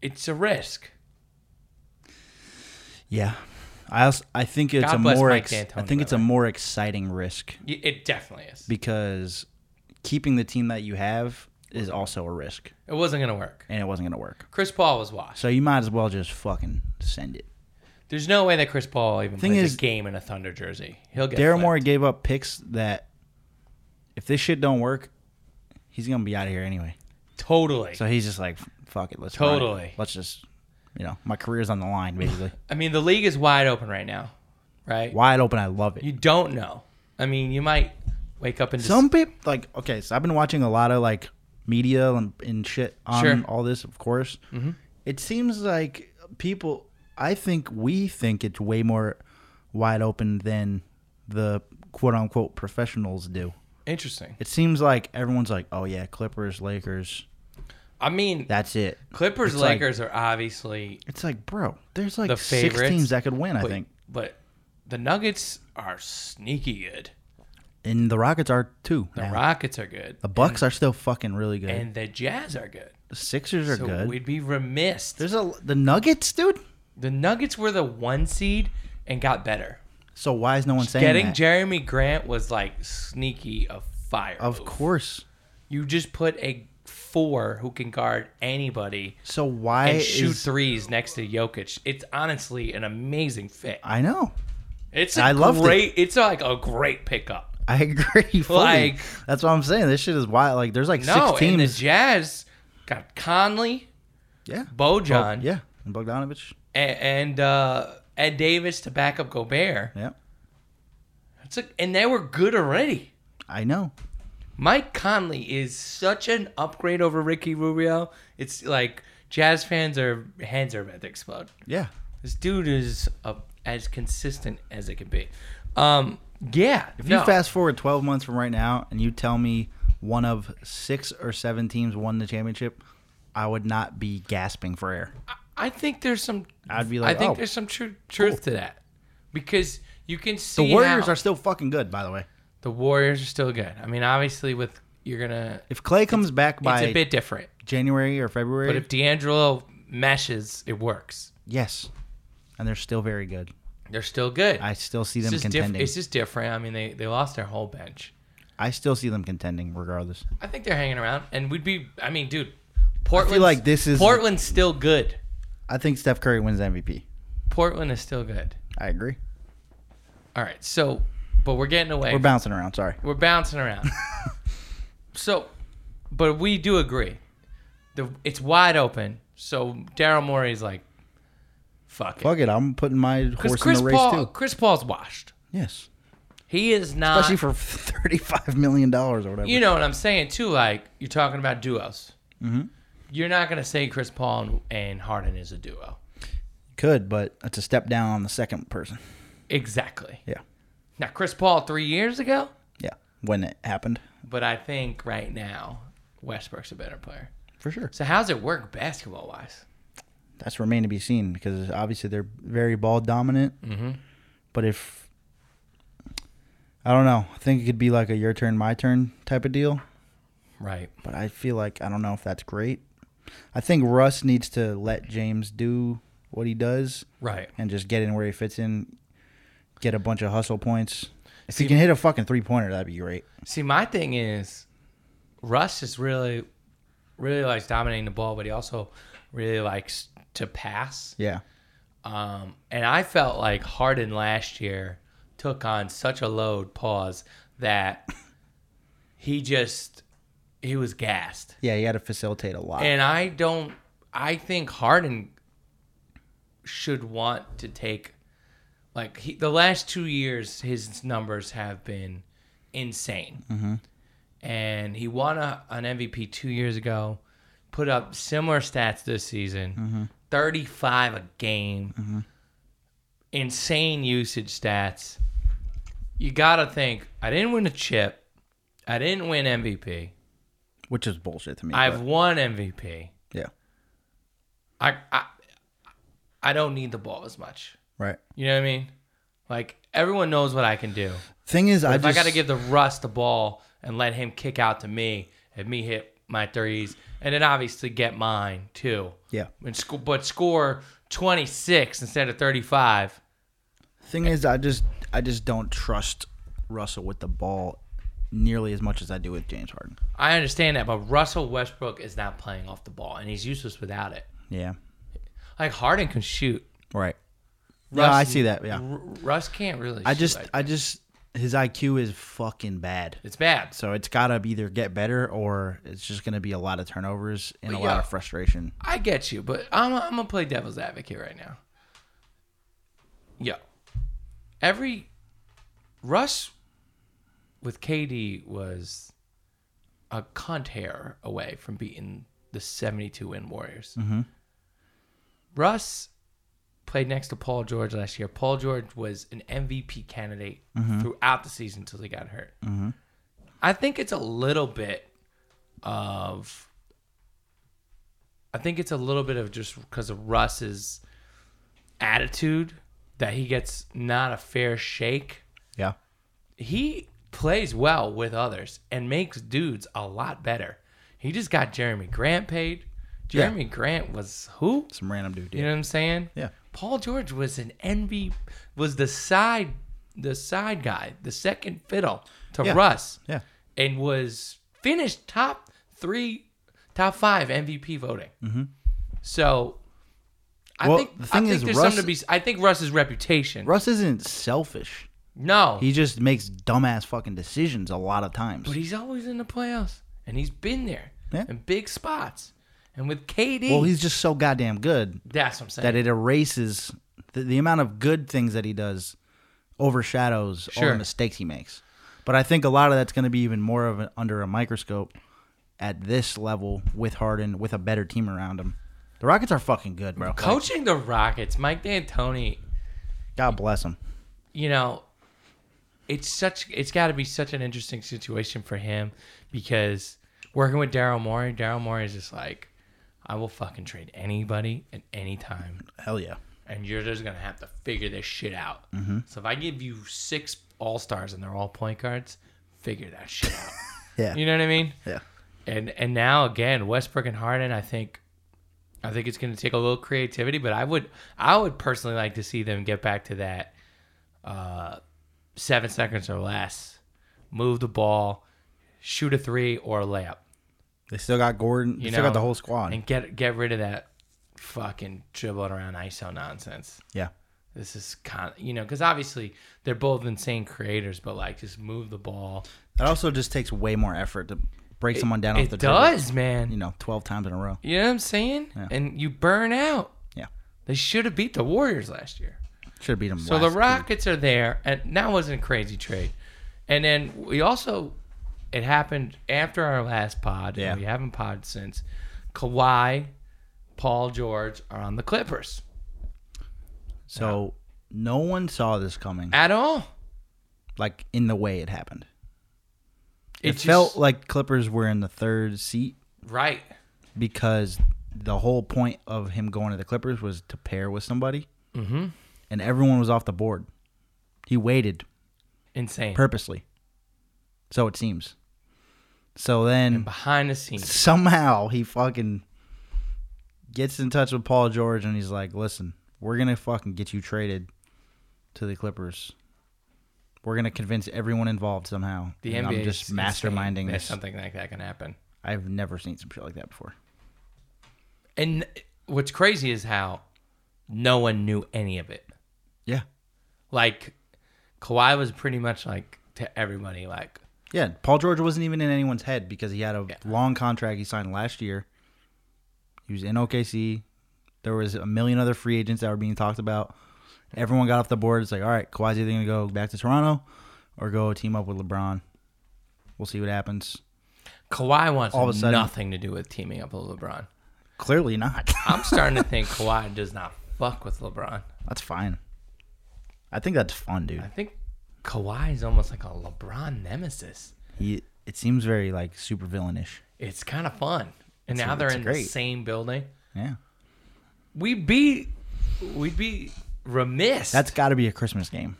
Speaker 3: it's a risk.
Speaker 4: Yeah. I also, I think it's
Speaker 3: God
Speaker 4: a
Speaker 3: bless
Speaker 4: more
Speaker 3: Mike
Speaker 4: ex-
Speaker 3: D'Antoni,
Speaker 4: I think
Speaker 3: by
Speaker 4: it's
Speaker 3: the
Speaker 4: a
Speaker 3: way.
Speaker 4: more exciting risk
Speaker 3: Y- It definitely is.
Speaker 4: because keeping the team that you have is also a risk,
Speaker 3: It wasn't gonna work.
Speaker 4: and it wasn't going to work.
Speaker 3: Chris Paul was washed.
Speaker 4: So you might as well just fucking send it.
Speaker 3: There's no way that Chris Paul even
Speaker 4: Thing
Speaker 3: plays
Speaker 4: is-
Speaker 3: a game in a Thunder jersey. He'll get.
Speaker 4: Daryl
Speaker 3: flipped.
Speaker 4: Moore gave up picks that if this shit don't work, he's going to be out of here anyway.
Speaker 3: totally.
Speaker 4: So he's just like, fuck it, let's run it.
Speaker 3: Totally.
Speaker 4: Let's just, you know, my career's on the line basically.
Speaker 3: I mean, the league is wide open right now, right?
Speaker 4: Wide open, I love it.
Speaker 3: You don't know. I mean, you might wake up and just,
Speaker 4: Some people like okay, so I've been watching a lot of like media and, and shit on
Speaker 3: Sure. Mm-hmm.
Speaker 4: all this, of course. It seems like people. I think we think it's way more wide open than the quote unquote professionals do.
Speaker 3: interesting.
Speaker 4: It seems like everyone's like, oh yeah, Clippers, Lakers,
Speaker 3: I mean,
Speaker 4: that's it.
Speaker 3: Clippers
Speaker 4: it's like-
Speaker 3: Lakers are obviously
Speaker 4: It's like, bro, there's like
Speaker 3: the
Speaker 4: six
Speaker 3: favorites.
Speaker 4: teams that could win. I
Speaker 3: but-
Speaker 4: think,
Speaker 3: but the Nuggets are sneaky good.
Speaker 4: and the Rockets are too.
Speaker 3: The
Speaker 4: now.
Speaker 3: Rockets are good,
Speaker 4: the Bucks are still fucking really good.
Speaker 3: and the Jazz are good.
Speaker 4: the Sixers are
Speaker 3: so
Speaker 4: good.
Speaker 3: we'd be remiss.
Speaker 4: there's a the Nuggets, dude.
Speaker 3: The Nuggets were the one seed and got better.
Speaker 4: So why is no one saying
Speaker 3: Getting
Speaker 4: that?
Speaker 3: Jeremy Grant was like sneaky of fire.
Speaker 4: Of
Speaker 3: move.
Speaker 4: course.
Speaker 3: you just put a four who can guard anybody
Speaker 4: So why
Speaker 3: and shoot
Speaker 4: is
Speaker 3: threes next to Jokic. It's honestly an amazing fit.
Speaker 4: I know.
Speaker 3: It's a
Speaker 4: I loved it.
Speaker 3: great. It's like a great pickup.
Speaker 4: I agree. Fully.
Speaker 3: Like-
Speaker 4: that's what I'm saying. This shit is wild. Like there's like
Speaker 3: No,
Speaker 4: six
Speaker 3: and the
Speaker 4: teams.
Speaker 3: Jazz got Conley,
Speaker 4: yeah.
Speaker 3: Bojan,
Speaker 4: Oh, yeah. And Bogdanovich.
Speaker 3: a- and uh, Ed Davis to back up Gobert.
Speaker 4: Yeah.
Speaker 3: That's a, and they were good already.
Speaker 4: I know.
Speaker 3: Mike Conley is such an upgrade over Ricky Rubio. It's like Jazz fans are hands are about to explode.
Speaker 4: Yeah.
Speaker 3: This dude is uh as consistent as it can be. Um, yeah.
Speaker 4: If you fast forward 12 months from right now and you tell me one of six or seven teams won the championship, I would not be gasping for air.
Speaker 3: I think there's some.
Speaker 4: I'd be like,
Speaker 3: I think
Speaker 4: oh,
Speaker 3: there's some true truth to that, because you can see
Speaker 4: The Warriors
Speaker 3: how-
Speaker 4: are still fucking good, by the way.
Speaker 3: the Warriors are still good. I mean, obviously, with you're gonna,
Speaker 4: If Clay comes back by
Speaker 3: it's a bit different.
Speaker 4: January or February,
Speaker 3: But if D'Angelo meshes, it works.
Speaker 4: yes, and they're still very good.
Speaker 3: They're still good.
Speaker 4: I still see
Speaker 3: it's
Speaker 4: them
Speaker 3: just diff-
Speaker 4: contending.
Speaker 3: It's just different. I mean, they they lost their whole bench.
Speaker 4: I still see them contending regardless.
Speaker 3: I think they're hanging around, and we'd be. I mean, dude,
Speaker 4: I
Speaker 3: Portland.
Speaker 4: feel like this is.
Speaker 3: Portland's still good.
Speaker 4: I think Steph Curry wins the MVP.
Speaker 3: Portland is still good.
Speaker 4: I agree.
Speaker 3: All right, so, but we're getting away.
Speaker 4: We're bouncing around. Sorry.
Speaker 3: We're bouncing around. so, but we do agree. The it's wide open. So Daryl Morey's like, fuck it.
Speaker 4: Fuck it, I'm putting my
Speaker 3: Because
Speaker 4: horse in
Speaker 3: Chris
Speaker 4: the race
Speaker 3: Paul,
Speaker 4: too.
Speaker 3: Chris Paul's washed.
Speaker 4: Yes,
Speaker 3: He is not.
Speaker 4: especially for thirty-five million dollars or whatever.
Speaker 3: you know what I'm saying too. Like you're talking about duos.
Speaker 4: Mm-hmm.
Speaker 3: You're not gonna say Chris Paul and, and Harden is a duo.
Speaker 4: Could, but that's a step down on the second person.
Speaker 3: Exactly.
Speaker 4: Yeah,
Speaker 3: Now Chris Paul three years ago,
Speaker 4: yeah. When it happened,
Speaker 3: but I think right now Westbrook's a better player.
Speaker 4: for sure.
Speaker 3: So how's it work basketball wise?
Speaker 4: That's remain to be seen because obviously they're very ball dominant. Mm-hmm. But if I don't know, I think it could be like a your turn, my turn type of deal.
Speaker 3: Right.
Speaker 4: but I feel like I don't know if that's great. I think Russ needs to let James do what he does
Speaker 3: Right.
Speaker 4: and just get in where he fits in, get a bunch of hustle points. If
Speaker 3: See-
Speaker 4: he can hit a fucking three pointer, that'd be great.
Speaker 3: See, my thing is, Russ is really, really likes dominating the ball, but he also really likes to pass.
Speaker 4: Yeah.
Speaker 3: Um, and I felt like Harden last year took on such a load, pause, that he just, he was gassed.
Speaker 4: Yeah, he had to facilitate a lot.
Speaker 3: And I don't. I think Harden should want to take, like he, the last two years, his numbers have been insane. And he won a, an MVP two years ago, put up similar stats this season, thirty-five a game, insane usage stats. You gotta think. I didn't win a chip. I didn't win MVP.
Speaker 4: which is bullshit to me.
Speaker 3: I've
Speaker 4: but-
Speaker 3: won MVP.
Speaker 4: yeah.
Speaker 3: I, I I don't need the ball as much.
Speaker 4: Right.
Speaker 3: You know what I mean? Like everyone knows what I can do.
Speaker 4: Thing is I
Speaker 3: If
Speaker 4: just
Speaker 3: I got to give the Russ the ball and let him kick out to me and me hit my threes and then obviously get mine too.
Speaker 4: Yeah.
Speaker 3: And sco- but score 26 instead of 35.
Speaker 4: Thing is I just I just don't trust Russell with the ball nearly as much as I do with James Harden.
Speaker 3: I understand that, but Russell Westbrook is not playing off the ball and he's useless without it.
Speaker 4: Yeah.
Speaker 3: Like Harden can shoot.
Speaker 4: Right. yeah, I
Speaker 3: Russ-
Speaker 4: see that. Yeah.
Speaker 3: R- Russ can't really.
Speaker 4: I
Speaker 3: shoot
Speaker 4: just
Speaker 3: like-
Speaker 4: I just his IQ is fucking bad.
Speaker 3: it's bad.
Speaker 4: So it's got to either get better or it's just going to be a lot of turnovers and
Speaker 3: But
Speaker 4: a lot
Speaker 3: yeah.
Speaker 4: of frustration.
Speaker 3: I get you, but I'm I'm gonna play devil's advocate right now. Yo, every Russ with KD was a cunt hair away from beating the 72 win Warriors. Russ played next to Paul George last year. Paul George was an MVP candidate throughout the season until he got hurt. I think it's a little bit of I think it's a little bit of just because of Russ's attitude that he gets not a fair shake.
Speaker 4: Yeah.
Speaker 3: He plays well with others and makes dudes a lot better. He just got Jeremy Grant paid. Jeremy Grant was who?
Speaker 4: Some random dude.
Speaker 3: You know what I'm saying?
Speaker 4: Yeah.
Speaker 3: Paul George was an envy was the side the side guy, the second fiddle to
Speaker 4: Yeah.
Speaker 3: Russ.
Speaker 4: Yeah.
Speaker 3: And was finished top three, top five MVP voting. So I
Speaker 4: Mm-hmm. Well,
Speaker 3: think
Speaker 4: the
Speaker 3: I
Speaker 4: thing
Speaker 3: think
Speaker 4: is,
Speaker 3: there's
Speaker 4: Russ-
Speaker 3: something to be I think Russ's reputation.
Speaker 4: Russ isn't selfish.
Speaker 3: no.
Speaker 4: He just makes dumbass fucking decisions a lot of times.
Speaker 3: but he's always in the playoffs. And he's been there
Speaker 4: Yeah.
Speaker 3: in big spots. And with KD
Speaker 4: well, he's just so goddamn good
Speaker 3: that's what I'm saying.
Speaker 4: that it erases the, the amount of good things that he does overshadows all
Speaker 3: Sure.
Speaker 4: the mistakes he makes. But I think a lot of that's going to be even more of an, under a microscope at this level with Harden with a better team around him. The Rockets are fucking good, bro.
Speaker 3: Coaching the Rockets, Mike D'Antoni
Speaker 4: God bless him.
Speaker 3: you know, it's such it's got to be such an interesting situation for him because working with Daryl Morey, Daryl Morey is just like, I will fucking trade anybody at any time,
Speaker 4: Hell yeah.
Speaker 3: and you're just gonna have to figure this shit out.
Speaker 4: Mm-hmm.
Speaker 3: So if I give you six All Stars and they're all point guards, figure that shit out.
Speaker 4: Yeah.
Speaker 3: You know what I mean?
Speaker 4: Yeah.
Speaker 3: And and now again, Westbrook and Harden, I think I think it's going to take a little creativity, but I would I would personally like to see them get back to that uh 7 seconds or less. Move the ball, shoot a 3 or a layup
Speaker 4: They still got Gordon. They
Speaker 3: You
Speaker 4: still
Speaker 3: know,
Speaker 4: got the whole squad.
Speaker 3: and get get rid of that fucking dribbling around iso nonsense.
Speaker 4: yeah.
Speaker 3: This is con, you know, cuz obviously they're both insane creators, but like just move the ball.
Speaker 4: It also just takes way more effort to break someone down off
Speaker 3: It
Speaker 4: the
Speaker 3: does,
Speaker 4: dribble,
Speaker 3: man.
Speaker 4: you know, twelve times in a row.
Speaker 3: You know what I'm saying?
Speaker 4: Yeah.
Speaker 3: And you burn out.
Speaker 4: Yeah,
Speaker 3: They should have beat the Warriors last year.
Speaker 4: should have beat them.
Speaker 3: So the Rockets are there, and that wasn't a crazy trade. And then we also, it happened after our last pod. and
Speaker 4: Yeah.
Speaker 3: we haven't pod since. Kawhi, Paul George are on the Clippers
Speaker 4: So no one saw this coming,
Speaker 3: at all.
Speaker 4: like in the way it happened. It,
Speaker 3: just-
Speaker 4: felt like Clippers were in the third seat
Speaker 3: right.
Speaker 4: because the whole point of him going to the Clippers was to pair with somebody, mm-hmm. and everyone was off the board. He waited
Speaker 3: Insane.
Speaker 4: purposely, so it seems. So then
Speaker 3: Behind the scenes.
Speaker 4: somehow he fucking gets in touch with Paul George and he's like, "Listen, we're gonna fucking get you traded to the Clippers. We're gonna convince everyone involved somehow."
Speaker 3: The
Speaker 4: And
Speaker 3: NBA
Speaker 4: I'm just
Speaker 3: is insane
Speaker 4: masterminding
Speaker 3: that
Speaker 4: this.
Speaker 3: something like that can happen.
Speaker 4: I've never seen some shit like that before.
Speaker 3: And what's crazy is how no one knew any of it.
Speaker 4: Yeah,
Speaker 3: Like Kawhi was pretty much like to everybody like
Speaker 4: yeah. Paul George wasn't even in anyone's head because he had a long contract he signed last year. He was in OKC. There was a million other free agents that were being talked about. Everyone got off the board. It's like, all right, Kawhi's either gonna go back to Toronto or go team up with LeBron. We'll see what happens.
Speaker 3: Kawhi wants
Speaker 4: All of a sudden-
Speaker 3: nothing to do with teaming up with LeBron.
Speaker 4: Clearly not.
Speaker 3: I'm starting to think Kawhi does not fuck with LeBron.
Speaker 4: that's fine. I think that's fun,
Speaker 3: I
Speaker 4: dude.
Speaker 3: think Kawhi is almost like a LeBron nemesis.
Speaker 4: He it seems very like super villainish.
Speaker 3: It's kind of fun. And
Speaker 4: It's-
Speaker 3: now they're
Speaker 4: it's
Speaker 3: in the
Speaker 4: great.
Speaker 3: same building.
Speaker 4: Yeah.
Speaker 3: We'd be we'd be remiss.
Speaker 4: That's got to be a Christmas game.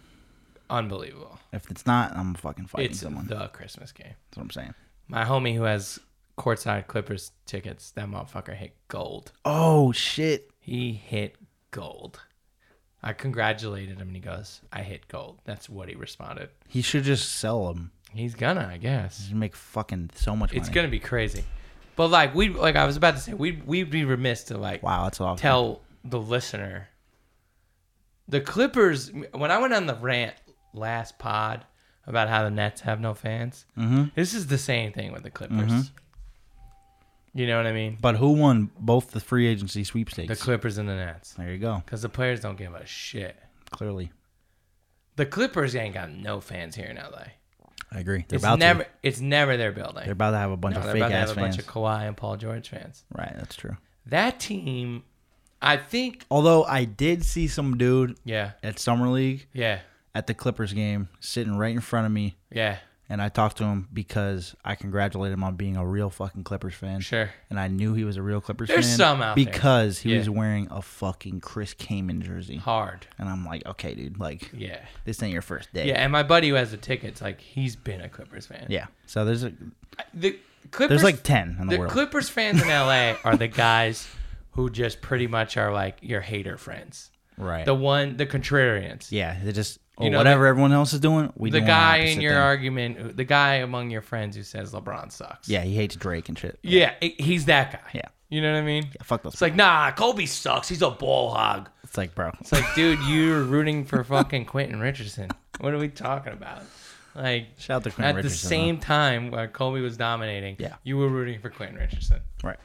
Speaker 3: unbelievable.
Speaker 4: If it's not, I'm fucking fighting
Speaker 3: It's
Speaker 4: someone.
Speaker 3: the Christmas game.
Speaker 4: That's what I'm saying.
Speaker 3: My homie who has courtside Clippers tickets, that motherfucker hit gold.
Speaker 4: Oh shit.
Speaker 3: He hit gold. I congratulated him and he goes, I hit gold. That's what he responded.
Speaker 4: He should just sell them.
Speaker 3: He's gonna, I guess.
Speaker 4: Just make fucking so much money.
Speaker 3: It's gonna be crazy. But like we like I was about to say, we'd we'd be remiss to like
Speaker 4: Wow, that's awesome.
Speaker 3: tell the listener. The Clippers when I went on the rant last pod about how the Nets have no fans,
Speaker 4: Mm-hmm.
Speaker 3: this is the same thing with the Clippers.
Speaker 4: Mm-hmm.
Speaker 3: You know what I mean?
Speaker 4: But who won both the free agency sweepstakes?
Speaker 3: The Clippers and the Nets.
Speaker 4: there you go.
Speaker 3: Because the players don't give a shit.
Speaker 4: Clearly,
Speaker 3: The Clippers ain't got no fans here in LA.
Speaker 4: I agree. They're
Speaker 3: It's
Speaker 4: about
Speaker 3: never
Speaker 4: to.
Speaker 3: it's never their building.
Speaker 4: They're about to have a bunch
Speaker 3: No,
Speaker 4: of
Speaker 3: they're
Speaker 4: fake
Speaker 3: about to
Speaker 4: ass
Speaker 3: have a
Speaker 4: fans.
Speaker 3: bunch of Kawhi and Paul George fans.
Speaker 4: right, that's true.
Speaker 3: That team, I think,
Speaker 4: Although I did see some dude
Speaker 3: yeah,
Speaker 4: at summer league
Speaker 3: yeah,
Speaker 4: at the Clippers game sitting right in front of me,
Speaker 3: yeah,
Speaker 4: and I talked to him because I congratulated him on being a real fucking Clippers fan.
Speaker 3: sure.
Speaker 4: And I knew he was a real Clippers
Speaker 3: There's
Speaker 4: fan
Speaker 3: some out there.
Speaker 4: because he
Speaker 3: Yeah.
Speaker 4: was wearing a fucking Chris Kaman jersey.
Speaker 3: Hard.
Speaker 4: And I'm like, okay, dude, like
Speaker 3: Yeah.
Speaker 4: this ain't your first day.
Speaker 3: Yeah, and my buddy who has the tickets, like, he's been a Clippers fan.
Speaker 4: Yeah. So there's a,
Speaker 3: The Clippers
Speaker 4: there's like ten in the,
Speaker 3: the
Speaker 4: world.
Speaker 3: Clippers fans in LA are the guys who just pretty much are like your hater friends.
Speaker 4: right.
Speaker 3: The one the contrarians.
Speaker 4: Yeah, they just
Speaker 3: You
Speaker 4: oh,
Speaker 3: know,
Speaker 4: whatever everyone else is doing. We
Speaker 3: the
Speaker 4: doing
Speaker 3: guy
Speaker 4: opposite
Speaker 3: in your
Speaker 4: thing.
Speaker 3: argument, the guy among your friends who says LeBron sucks.
Speaker 4: yeah, he hates Drake and shit.
Speaker 3: yeah, it- he's that guy.
Speaker 4: Yeah.
Speaker 3: you know what I mean.
Speaker 4: Fuck those.
Speaker 3: It's like, nah, Kobe sucks. He's a ball hog.
Speaker 4: it's like bro,
Speaker 3: It's like, dude, you're rooting for fucking Quentin Richardson. What are we talking about? Like,
Speaker 4: shout out to Quinn
Speaker 3: at the
Speaker 4: Richardson,
Speaker 3: same time where Kobe was dominating,
Speaker 4: Yeah.
Speaker 3: you were rooting for Quentin Richardson.
Speaker 4: huh? right.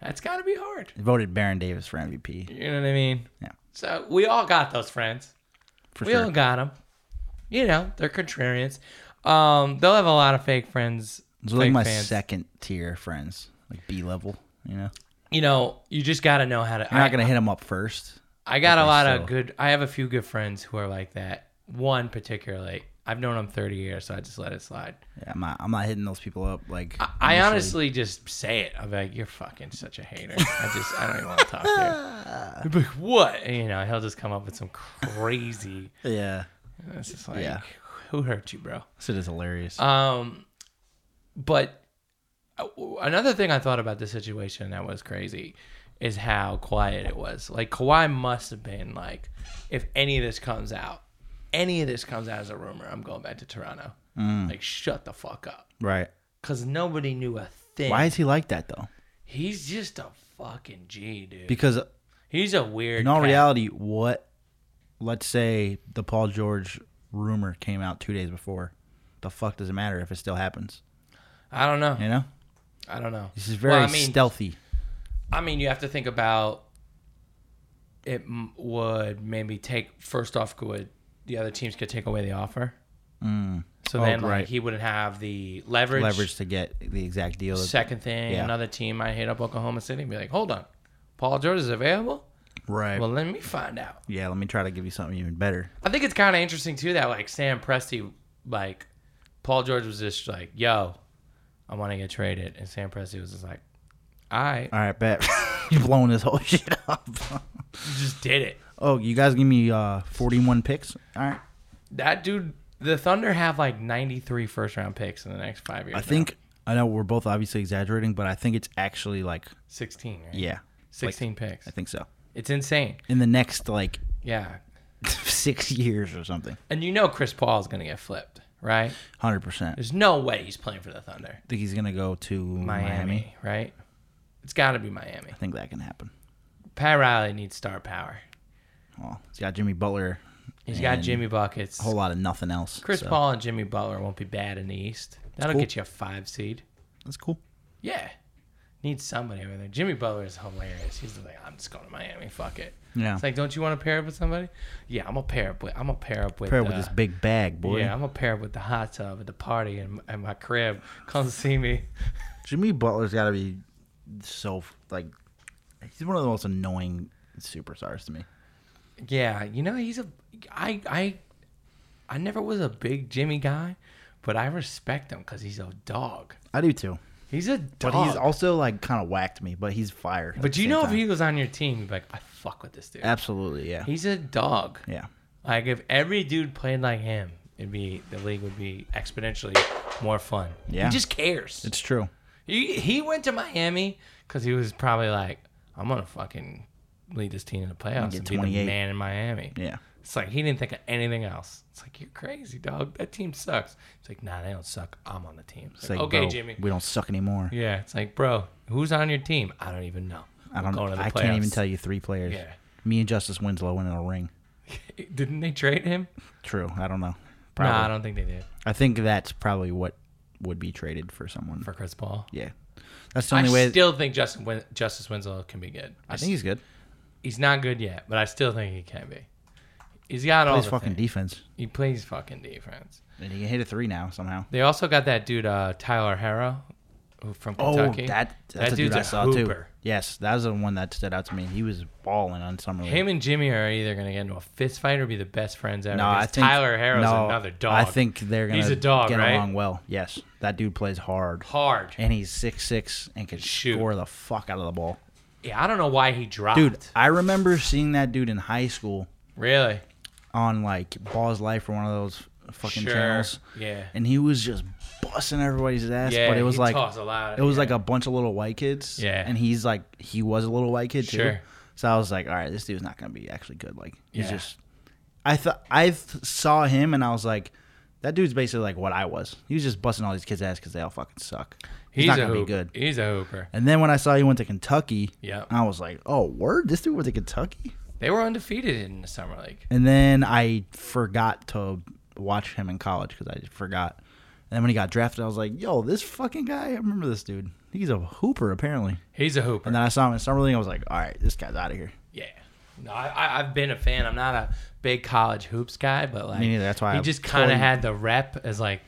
Speaker 3: That's got to be hard.
Speaker 4: They voted Baron Davis for MVP
Speaker 3: You know what I mean?
Speaker 4: Yeah.
Speaker 3: So we all got those friends.
Speaker 4: for
Speaker 3: we
Speaker 4: sure.
Speaker 3: all got them. You know, they're contrarians. Um, they'll have a lot of fake friends.
Speaker 4: Those are like
Speaker 3: fake
Speaker 4: my
Speaker 3: fans.
Speaker 4: second tier friends, like B level. You know,
Speaker 3: You know, you just got to know how to.
Speaker 4: you're
Speaker 3: I-
Speaker 4: not gonna hit them up first.
Speaker 3: I got a
Speaker 4: Okay,
Speaker 3: lot
Speaker 4: so-
Speaker 3: of good. I have a few good friends who are like that. One particularly, I've known him 30 years, so I just let it slide.
Speaker 4: Yeah, I'm not. I'm not hitting those people up. Like
Speaker 3: I, I honestly just say it. I'm like, you're fucking such a hater. I just, I don't even want to talk to you. He'd be like, what? And, you know, he'll just come up with some crazy.
Speaker 4: yeah,
Speaker 3: and It's just like,
Speaker 4: Yeah.
Speaker 3: who hurt you, bro?
Speaker 4: this shit is hilarious.
Speaker 3: Um, but uh, another thing I thought about the situation that was crazy is how quiet it was. Like Kawhi must have been like, if any of this comes out, any of this comes out as a rumor, I'm going back to Toronto. Like, shut the fuck up,
Speaker 4: right?
Speaker 3: because nobody knew a thing.
Speaker 4: Why is he like that though?
Speaker 3: He's just a fucking G, dude.
Speaker 4: Because
Speaker 3: He's a weird.
Speaker 4: in all
Speaker 3: cat.
Speaker 4: reality, what? Let's say the Paul George rumor came out two days before. The fuck does it matter if it still happens?
Speaker 3: I don't know.
Speaker 4: You know.
Speaker 3: I don't know.
Speaker 4: This is very
Speaker 3: Well, I mean,
Speaker 4: stealthy.
Speaker 3: I mean, you have to think about it m- would maybe take first off would the other teams could take away the offer. So
Speaker 4: Oh,
Speaker 3: then like,
Speaker 4: right.
Speaker 3: he wouldn't have the leverage.
Speaker 4: Leverage to get the exact deal.
Speaker 3: Second thing,
Speaker 4: Yeah.
Speaker 3: another team might hit up Oklahoma City and be like, "Hold on, Paul George is available."
Speaker 4: Right.
Speaker 3: Well, let me find out.
Speaker 4: yeah, let me try to give you something even better.
Speaker 3: I think it's kind of interesting too that like Sam Presti, like Paul George was just like, "Yo, I want to get traded," and Sam Presti was just like, "All right,
Speaker 4: All right, bet. You've blown this whole shit up.
Speaker 3: you just did it."
Speaker 4: oh, you guys give me uh, 41 picks? All right.
Speaker 3: That dude, the Thunder have like 93 first round picks in the next five years.
Speaker 4: I
Speaker 3: now.
Speaker 4: think, I know we're both obviously exaggerating, but I think it's actually like,
Speaker 3: 16, right?
Speaker 4: yeah,
Speaker 3: 16 picks.
Speaker 4: I think so.
Speaker 3: It's insane.
Speaker 4: In the next like
Speaker 3: Yeah.
Speaker 4: six years or something.
Speaker 3: And you know Chris Paul is going to get flipped, right?
Speaker 4: 100%. I
Speaker 3: There's no way he's playing for the Thunder.
Speaker 4: think he's going to go to
Speaker 3: Miami,
Speaker 4: Miami.
Speaker 3: right? It's got to be Miami.
Speaker 4: I think that can happen.
Speaker 3: Pat Riley needs star power.
Speaker 4: Well, he's got Jimmy Butler,
Speaker 3: He's got
Speaker 4: And
Speaker 3: Jimmy Buckets.
Speaker 4: a whole lot of nothing else.
Speaker 3: Chris
Speaker 4: so
Speaker 3: Paul and Jimmy Butler won't be bad in the East. That'll
Speaker 4: cool.
Speaker 3: get you a five seed.
Speaker 4: That's cool.
Speaker 3: Yeah. Need somebody over there. Jimmy Butler is hilarious. He's like, I'm just going to Miami. Fuck it.
Speaker 4: Yeah.
Speaker 3: It's like, don't you want to pair up with somebody? Yeah, I'm gonna pair up with. I'm gonna pair up with.
Speaker 4: Pair with
Speaker 3: uh,
Speaker 4: this big bag, boy.
Speaker 3: Yeah, I'm gonna pair up with the hot tub at the party and at my crib. Come see me.
Speaker 4: Jimmy Butler's got to be so like he's one of the most annoying superstars to me.
Speaker 3: Yeah, you know he's a. I I I never was a big Jimmy guy, but I respect him because he's a dog.
Speaker 4: I do too,
Speaker 3: He's a dog.
Speaker 4: but he's also like kind of whacked me. But he's fire. at
Speaker 3: But
Speaker 4: the
Speaker 3: you
Speaker 4: same
Speaker 3: know if
Speaker 4: time.
Speaker 3: he was on your team, you'd be like, I fuck with this dude.
Speaker 4: absolutely yeah
Speaker 3: He's a dog.
Speaker 4: yeah
Speaker 3: Like if every dude played like him, it'd be the league would be exponentially more fun.
Speaker 4: Yeah.
Speaker 3: he just cares.
Speaker 4: it's true.
Speaker 3: He he went to Miami because he was probably like, I'm gonna fucking lead this team in the playoffs
Speaker 4: get
Speaker 3: and be the
Speaker 4: 28.
Speaker 3: man in Miami.
Speaker 4: Yeah,
Speaker 3: It's like he didn't think of anything else. It's like you're crazy, dog. That team sucks. It's like, nah, they don't suck. I'm on the team. It's,
Speaker 4: it's
Speaker 3: like,
Speaker 4: like
Speaker 3: okay,
Speaker 4: bro,
Speaker 3: Jimmy.
Speaker 4: we don't suck anymore.
Speaker 3: Yeah, it's like, bro, who's on your team? I don't even know.
Speaker 4: I don't.
Speaker 3: We're
Speaker 4: I can't even tell you three players.
Speaker 3: Yeah.
Speaker 4: Me and Justice Winslow went in a ring.
Speaker 3: Didn't they trade him?
Speaker 4: True. I don't know.
Speaker 3: No,
Speaker 4: Probably.
Speaker 3: I don't think they did
Speaker 4: I think that's probably what would be traded for someone.
Speaker 3: for Chris Paul.
Speaker 4: yeah, that's the
Speaker 3: I
Speaker 4: only way.
Speaker 3: still think Justin Win- Justice Winslow can be good.
Speaker 4: I think he's good.
Speaker 3: he's not good yet, but I still think he can be. He's got all
Speaker 4: Plays
Speaker 3: the
Speaker 4: fucking
Speaker 3: things.
Speaker 4: defense,
Speaker 3: He plays fucking defense.
Speaker 4: and he can hit a three now somehow.
Speaker 3: They also got that dude uh, Tyler Harrow who- from Kentucky.
Speaker 4: Oh, that that's
Speaker 3: that
Speaker 4: a dude,
Speaker 3: dude's
Speaker 4: I
Speaker 3: a
Speaker 4: saw
Speaker 3: hooper.
Speaker 4: too. Yes, that was the one that stood out to me. He was balling on summer league.
Speaker 3: Him and Jimmy are either gonna get into a fist fight or be the best friends ever.
Speaker 4: no, I
Speaker 3: 'cause
Speaker 4: think
Speaker 3: Tyler Harrow's
Speaker 4: no,
Speaker 3: another dog.
Speaker 4: I think they're gonna
Speaker 3: He's a dog,
Speaker 4: get
Speaker 3: right?
Speaker 4: along well. Yes, that dude plays hard,
Speaker 3: hard.
Speaker 4: and he's six six and can
Speaker 3: Shoot. Ah.
Speaker 4: score the fuck out of the ball.
Speaker 3: Yeah, I don't know why he dropped.
Speaker 4: Dude, I remember seeing that dude in high school
Speaker 3: really?
Speaker 4: on like Ball's Life or one of those fucking
Speaker 3: Sure.
Speaker 4: channels,
Speaker 3: Yeah.
Speaker 4: and he was just busting everybody's ass.
Speaker 3: Yeah,
Speaker 4: but it was
Speaker 3: he
Speaker 4: like
Speaker 3: talks a lot,
Speaker 4: it was
Speaker 3: yeah.
Speaker 4: like a bunch of little white kids.
Speaker 3: Yeah.
Speaker 4: and he's like he was a little white kid too.
Speaker 3: Sure.
Speaker 4: So I was like, all right, this dude's not gonna be actually good. Like he's
Speaker 3: Yeah.
Speaker 4: just, I thought I th- saw him and I was like, that dude's basically like what I was. He was just busting all these kids' ass because they all fucking suck. He's, not
Speaker 3: a
Speaker 4: gonna
Speaker 3: hooper.
Speaker 4: be good.
Speaker 3: He's a hooper.
Speaker 4: And then when I saw he went to Kentucky,
Speaker 3: Yeah.
Speaker 4: I was like, oh word, this dude went to Kentucky.
Speaker 3: They were undefeated in the summer league.
Speaker 4: And then I forgot to watch him in college because I just forgot. And then when he got drafted, I was like, yo, this fucking guy, I remember this dude. He's a hooper, apparently.
Speaker 3: He's a hooper.
Speaker 4: And then I saw him in Summer League. I was like, all right, this guy's out of here.
Speaker 3: Yeah. No, I, I, I've been a fan. I'm not a big college hoops guy, but like
Speaker 4: Me neither. That's why
Speaker 3: he
Speaker 4: I
Speaker 3: just kind of
Speaker 4: totally-
Speaker 3: had the rep as like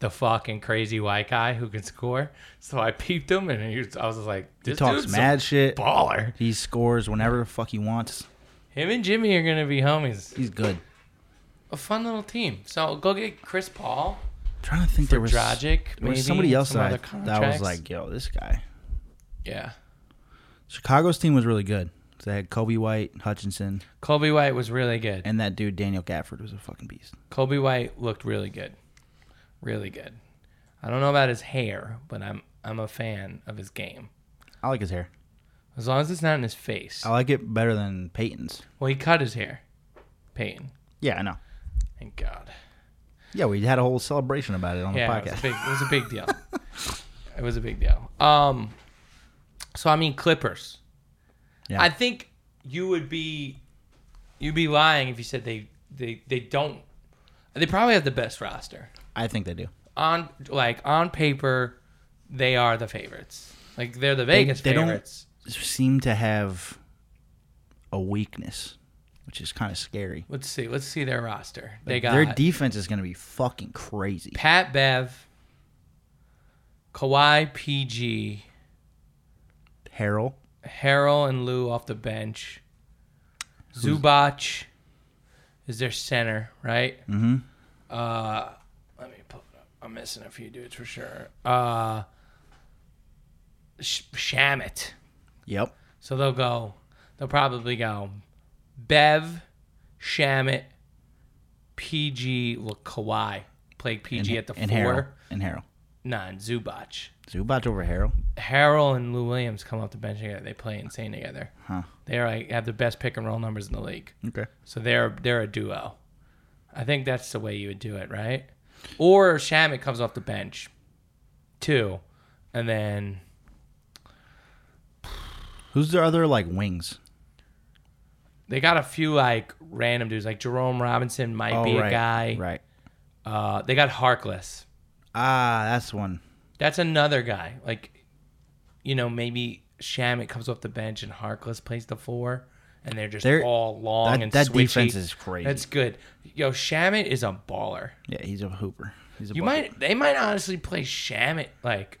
Speaker 3: the fucking crazy white guy who can score. So I peeped him, and he was, I was just like,
Speaker 4: He
Speaker 3: this
Speaker 4: talks
Speaker 3: dude's
Speaker 4: mad
Speaker 3: a
Speaker 4: shit.
Speaker 3: baller.
Speaker 4: He scores whenever the fuck he wants.
Speaker 3: Him and Jimmy are gonna be homies.
Speaker 4: He's good.
Speaker 3: A fun little team. So go get Chris Paul.
Speaker 4: I'm trying to think there was,
Speaker 3: Dragic,
Speaker 4: there was
Speaker 3: maybe,
Speaker 4: somebody else
Speaker 3: some
Speaker 4: that, I-
Speaker 3: other
Speaker 4: that was
Speaker 3: contracts.
Speaker 4: like, yo, this guy.
Speaker 3: Yeah.
Speaker 4: Chicago's team was really good. So they had Kobe White, Hutchinson,
Speaker 3: Kobe White was really good.
Speaker 4: and that dude Daniel Gafford was a fucking beast.
Speaker 3: Kobe White looked really good. Really good. I don't know about his hair, but I'm I'm a fan of his game.
Speaker 4: I like his hair.
Speaker 3: As long as it's not in his face.
Speaker 4: I like it better than Peyton's.
Speaker 3: Well, he cut his hair. Peyton.
Speaker 4: Yeah, I know.
Speaker 3: Thank God.
Speaker 4: Yeah, we had a whole celebration about it on
Speaker 3: Yeah,
Speaker 4: the
Speaker 3: it was
Speaker 4: podcast.
Speaker 3: a big it was a big deal. it was a big deal. Um so I mean Clippers.
Speaker 4: Yeah.
Speaker 3: I think you would be you'd be lying if you said they they they don't they probably have the best roster.
Speaker 4: I think they do.
Speaker 3: On like on paper, they are the favorites. Like they're the Vegas
Speaker 4: they don't-
Speaker 3: favorites.
Speaker 4: seem to have a weakness, which is kind of scary.
Speaker 3: Let's see. Let's see their roster. They got
Speaker 4: Their defense is going to be fucking crazy.
Speaker 3: Pat Bev, Kawhi PG,
Speaker 4: Harrell,
Speaker 3: Harrell and Lou off the bench. Zubach is their center, right? Mm-hmm. Uh, let me pull it up. I'm missing a few dudes for sure. Uh, Sh- Shamit.
Speaker 4: yep,
Speaker 3: So they'll go. They'll probably go. Bev, Shamit, PG, well, Kawhi. Play PG at the
Speaker 4: and
Speaker 3: four.
Speaker 4: Harrell and Harrell.
Speaker 3: Nah, and Zubach.
Speaker 4: Zubac over Harrell.
Speaker 3: Harrell and Lou Williams come off the bench together. They play insane together.
Speaker 4: Huh.
Speaker 3: They are like have the best pick and roll numbers in the league.
Speaker 4: Okay.
Speaker 3: So they're they're a duo. I think that's the way you would do it, right? Or Shamit comes off the bench, two, and then
Speaker 4: Who's their other like wings?
Speaker 3: they got a few like random dudes like Jerome Robinson might be a
Speaker 4: Oh, right,
Speaker 3: guy.
Speaker 4: Right.
Speaker 3: Uh, they got Harkless.
Speaker 4: Ah, that's one.
Speaker 3: That's another guy. Like, you know, maybe Shamit comes off the bench and Harkless plays the four, and they're just
Speaker 4: They're-
Speaker 3: all long
Speaker 4: that-
Speaker 3: and
Speaker 4: that
Speaker 3: switchy.
Speaker 4: defense is crazy.
Speaker 3: That's good. Yo, Shamit is a baller.
Speaker 4: Yeah, he's a hooper. He's a
Speaker 3: You
Speaker 4: bucket.
Speaker 3: might they might honestly play Shamit like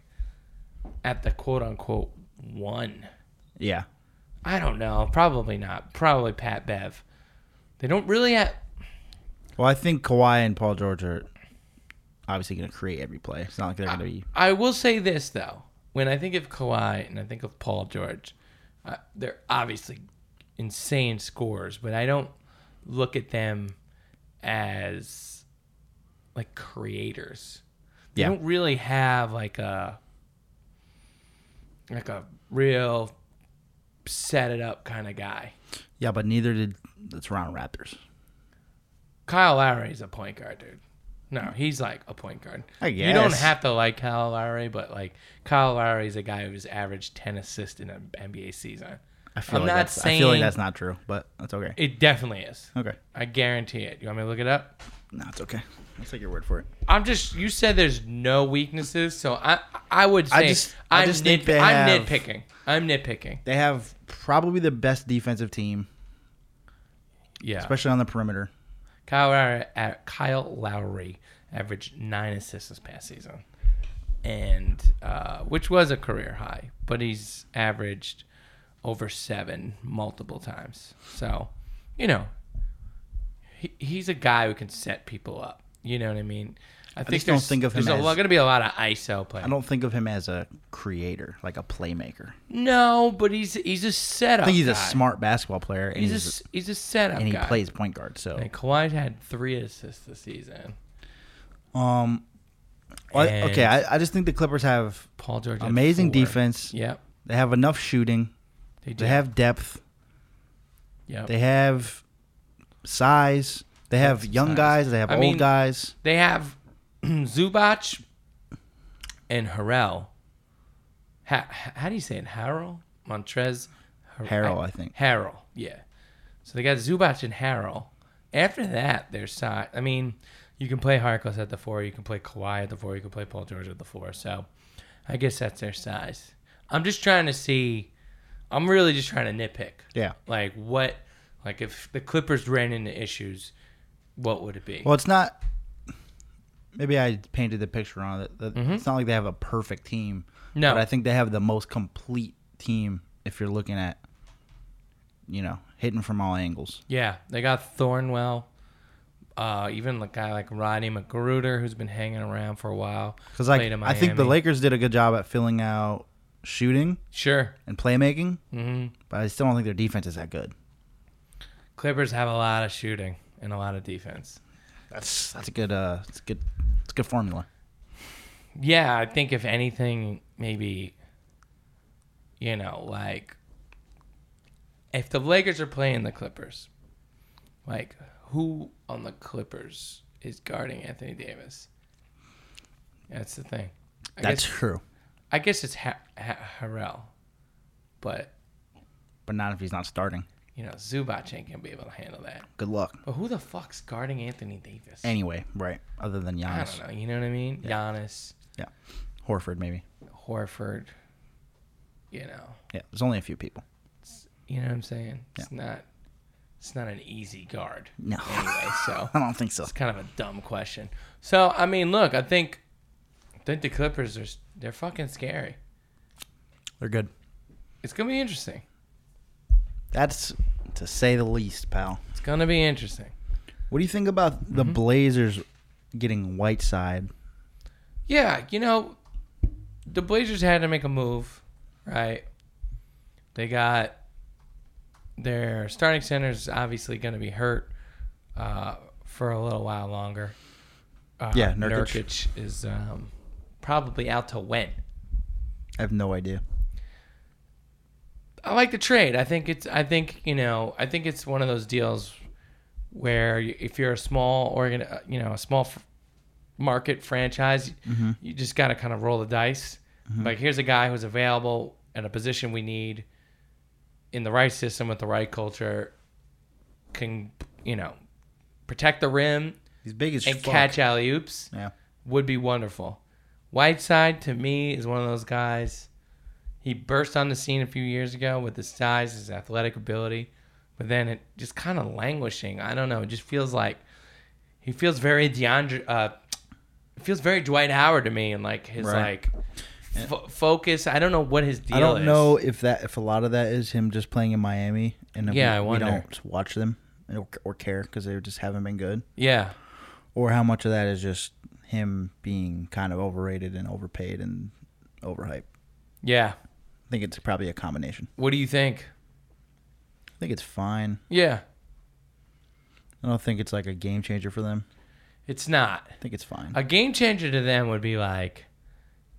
Speaker 3: at the quote unquote one.
Speaker 4: Yeah.
Speaker 3: I don't know. Probably not. Probably Pat Bev. They don't really have.
Speaker 4: Well, I think Kawhi and Paul George are obviously going to create every play. It's not like they're
Speaker 3: Ah.
Speaker 4: going to be.
Speaker 3: I will say this though, when I think of Kawhi and I think of Paul George, uh, they're obviously insane scorers, but I don't look at them as like creators. They
Speaker 4: Yeah.
Speaker 3: don't really have like a like a real set it up kind of guy.
Speaker 4: Yeah, but neither did the Toronto Raptors.
Speaker 3: Kyle Lowry is a point guard, dude. No, he's like a point guard.
Speaker 4: I
Speaker 3: You don't
Speaker 4: guess.
Speaker 3: have to like Kyle Lowry, but like Kyle Lowry is a guy who's averaged ten assists in an NBA season.
Speaker 4: I feel
Speaker 3: I'm
Speaker 4: like
Speaker 3: not
Speaker 4: that's, I feel like
Speaker 3: saying-
Speaker 4: that's not true, but that's okay.
Speaker 3: It definitely is.
Speaker 4: Okay.
Speaker 3: I guarantee it. You want me to look it up?
Speaker 4: No, it's okay. I'll take your word for it.
Speaker 3: I'm just. You said there's no weaknesses, so I I would say
Speaker 4: I
Speaker 3: I
Speaker 4: just- I
Speaker 3: am
Speaker 4: just think they
Speaker 3: I'm
Speaker 4: have-
Speaker 3: nitpicking. I'm nitpicking.
Speaker 4: They have probably the best defensive team,
Speaker 3: Ah. Yeah.
Speaker 4: especially on the perimeter.
Speaker 3: Kyle Lowry, uh, Kyle Lowry averaged nine assists this past season, and uh, which was a career high. But he's averaged over seven multiple times. So, you know, he, he's a guy who can set people up. You know what I mean? I, think
Speaker 4: just don't
Speaker 3: there's-
Speaker 4: think of him
Speaker 3: There's
Speaker 4: as-
Speaker 3: going to be a lot of ISO play.
Speaker 4: I don't think of him as a creator, like a playmaker.
Speaker 3: No, but he's he's a setup.
Speaker 4: I think he's a
Speaker 3: guy.
Speaker 4: smart basketball player, and
Speaker 3: He's
Speaker 4: he's,
Speaker 3: a s- he's a setup
Speaker 4: and he
Speaker 3: guy.
Speaker 4: plays point guard. So
Speaker 3: And Kawhi had three assists this season.
Speaker 4: Um, well, I-
Speaker 3: And-
Speaker 4: okay, I, I just think the Clippers have
Speaker 3: Paul George had
Speaker 4: amazing
Speaker 3: four.
Speaker 4: defense.
Speaker 3: Yep.
Speaker 4: They have enough shooting.
Speaker 3: They, do.
Speaker 4: They have depth.
Speaker 3: Yep.
Speaker 4: They have size. They have young
Speaker 3: size.
Speaker 4: guys. They have
Speaker 3: I
Speaker 4: old
Speaker 3: mean-
Speaker 4: guys.
Speaker 3: They have Zubach and Harrell. Ha- ha- how do you say it? Harrell? Montrez? Har-
Speaker 4: Harrell, I think.
Speaker 3: Harrell, yeah. So they got Zubach and Harrell. After that, their side. I mean, you can play Harkless at the four. You can play Kawhi at the four. You can play Paul George at the four. So I guess that's their size. I'm just trying to see. I'm really just trying to nitpick.
Speaker 4: Yeah.
Speaker 3: Like what? Like if the Clippers ran into issues, what would it be?
Speaker 4: Well, it's not. Maybe I painted the picture wrong. That, that It's not like they have a perfect team.
Speaker 3: Mm-hmm. No.
Speaker 4: but I think they have the most complete team. If you're looking at, you know, hitting from all angles.
Speaker 3: Yeah, they got Thornwell. Uh, even a guy like Rodney McGruder, who's been hanging around for a while,
Speaker 4: Because like
Speaker 3: played in
Speaker 4: I think the
Speaker 3: Miami.
Speaker 4: Lakers did a good job at filling out shooting
Speaker 3: Sure,
Speaker 4: and playmaking, mm-hmm. but I still don't think their defense is that good.
Speaker 3: Clippers have a lot of shooting and a lot of defense.
Speaker 4: That's that's a good uh, it's a good it's a good formula.
Speaker 3: Yeah, I think if anything, maybe, you know, like if the Lakers are playing the Clippers, like who on the Clippers is guarding Anthony Davis? That's the thing. I
Speaker 4: That's
Speaker 3: guess,
Speaker 4: true,
Speaker 3: I guess it's ha- ha- Harrell, but
Speaker 4: but not if he's not starting.
Speaker 3: you know, Zubac ain't gonna be able to handle that.
Speaker 4: Good luck.
Speaker 3: But who the fuck's guarding Anthony Davis?
Speaker 4: Anyway, right? Other than
Speaker 3: I
Speaker 4: Giannis,
Speaker 3: don't know. You know what I mean? Giannis.
Speaker 4: yeah. Horford, maybe.
Speaker 3: Horford. You know,
Speaker 4: Yeah, there's only a few people.
Speaker 3: you know what I'm saying. It's not. It's not an easy guard.
Speaker 4: No.
Speaker 3: Anyway, so
Speaker 4: I don't think so.
Speaker 3: it's kind of a dumb question. So I mean, look, I think, I think the Clippers are s- they're fucking scary.
Speaker 4: They're good.
Speaker 3: It's gonna be interesting.
Speaker 4: That's to say the least, pal.
Speaker 3: It's gonna be interesting.
Speaker 4: What do you think about the Blazers getting Whiteside?
Speaker 3: Yeah, you know, the Blazers had to make a move, right? They got their starting center is obviously going to be hurt uh, for a little while longer. Uh,
Speaker 4: Yeah, Nurkic.
Speaker 3: is um, probably out to when.
Speaker 4: I have no idea.
Speaker 3: I like the trade. I think it's. I think you know. I think it's one of those deals where you- if you're a small organ, uh, you know, a small f- market franchise, you just got to kind of roll the dice. Like here's a guy who's available at a position we need in the right system with the right culture. Can you know protect the rim
Speaker 4: He's big as
Speaker 3: and
Speaker 4: fuck.
Speaker 3: catch alley oops
Speaker 4: Yeah.
Speaker 3: would be wonderful. Whiteside to me is one of those guys. He burst on the scene a few years ago with his size, his athletic ability, but then it just kind of languishing. I don't know. It just feels like he feels very DeAndre. Uh, feels very Dwight Howard to me, and like his
Speaker 4: Right.
Speaker 3: like fo- focus. I don't know what his deal
Speaker 4: I don't
Speaker 3: is.
Speaker 4: know if that if a lot of that is him just playing in Miami and if
Speaker 3: Yeah,
Speaker 4: we,
Speaker 3: I
Speaker 4: we
Speaker 3: wonder.
Speaker 4: don't watch them or, or care because they just haven't been good,
Speaker 3: Yeah,
Speaker 4: or how much of that is just him being kind of overrated and overpaid and overhyped.
Speaker 3: yeah.
Speaker 4: I think it's probably a combination.
Speaker 3: What do you think?
Speaker 4: I think it's fine.
Speaker 3: Yeah,
Speaker 4: I don't think it's like a game changer for them.
Speaker 3: it's not.
Speaker 4: I think it's fine.
Speaker 3: A game changer to them would be like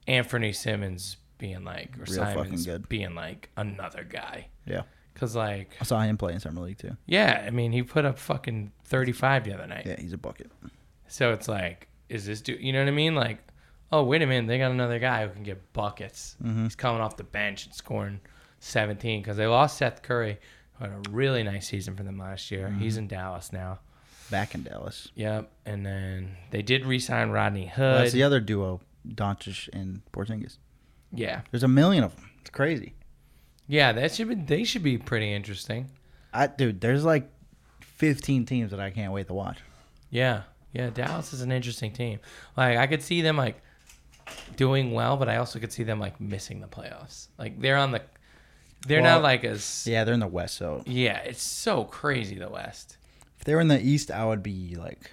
Speaker 3: Anthony Simmons being like, or
Speaker 4: Real
Speaker 3: Simons
Speaker 4: fucking good.
Speaker 3: being like another guy.
Speaker 4: yeah,
Speaker 3: Cause like,
Speaker 4: I saw him play in summer league too.
Speaker 3: yeah, I mean, he put up fucking 35 the other night.
Speaker 4: Yeah, he's a bucket.
Speaker 3: So it's like, is this dude, you know what I mean? Like, oh, wait a minute, they got another guy who can get buckets.
Speaker 4: Mm-hmm.
Speaker 3: He's coming off the bench and scoring 17 because they lost Seth Curry, who had a really nice season for them last year.
Speaker 4: Mm-hmm.
Speaker 3: He's in Dallas now.
Speaker 4: Back in Dallas,
Speaker 3: Yep. And then they did re sign Rodney
Speaker 4: Well,
Speaker 3: Hood.
Speaker 4: that's the other duo, Doncic and Porzingis.
Speaker 3: yeah.
Speaker 4: There's a million of them. It's crazy.
Speaker 3: Yeah, that should be, they should be pretty interesting.
Speaker 4: I dude, there's like 15 teams that I can't wait to watch.
Speaker 3: Yeah, yeah. Dallas is an interesting team. Like I could see them like doing well, but I also could see them like missing the playoffs. Like they're on the, they're
Speaker 4: Well,
Speaker 3: not like as yeah.
Speaker 4: Yeah, they're in the West, so
Speaker 3: It's so crazy the West.
Speaker 4: if they were in the East, I would be like,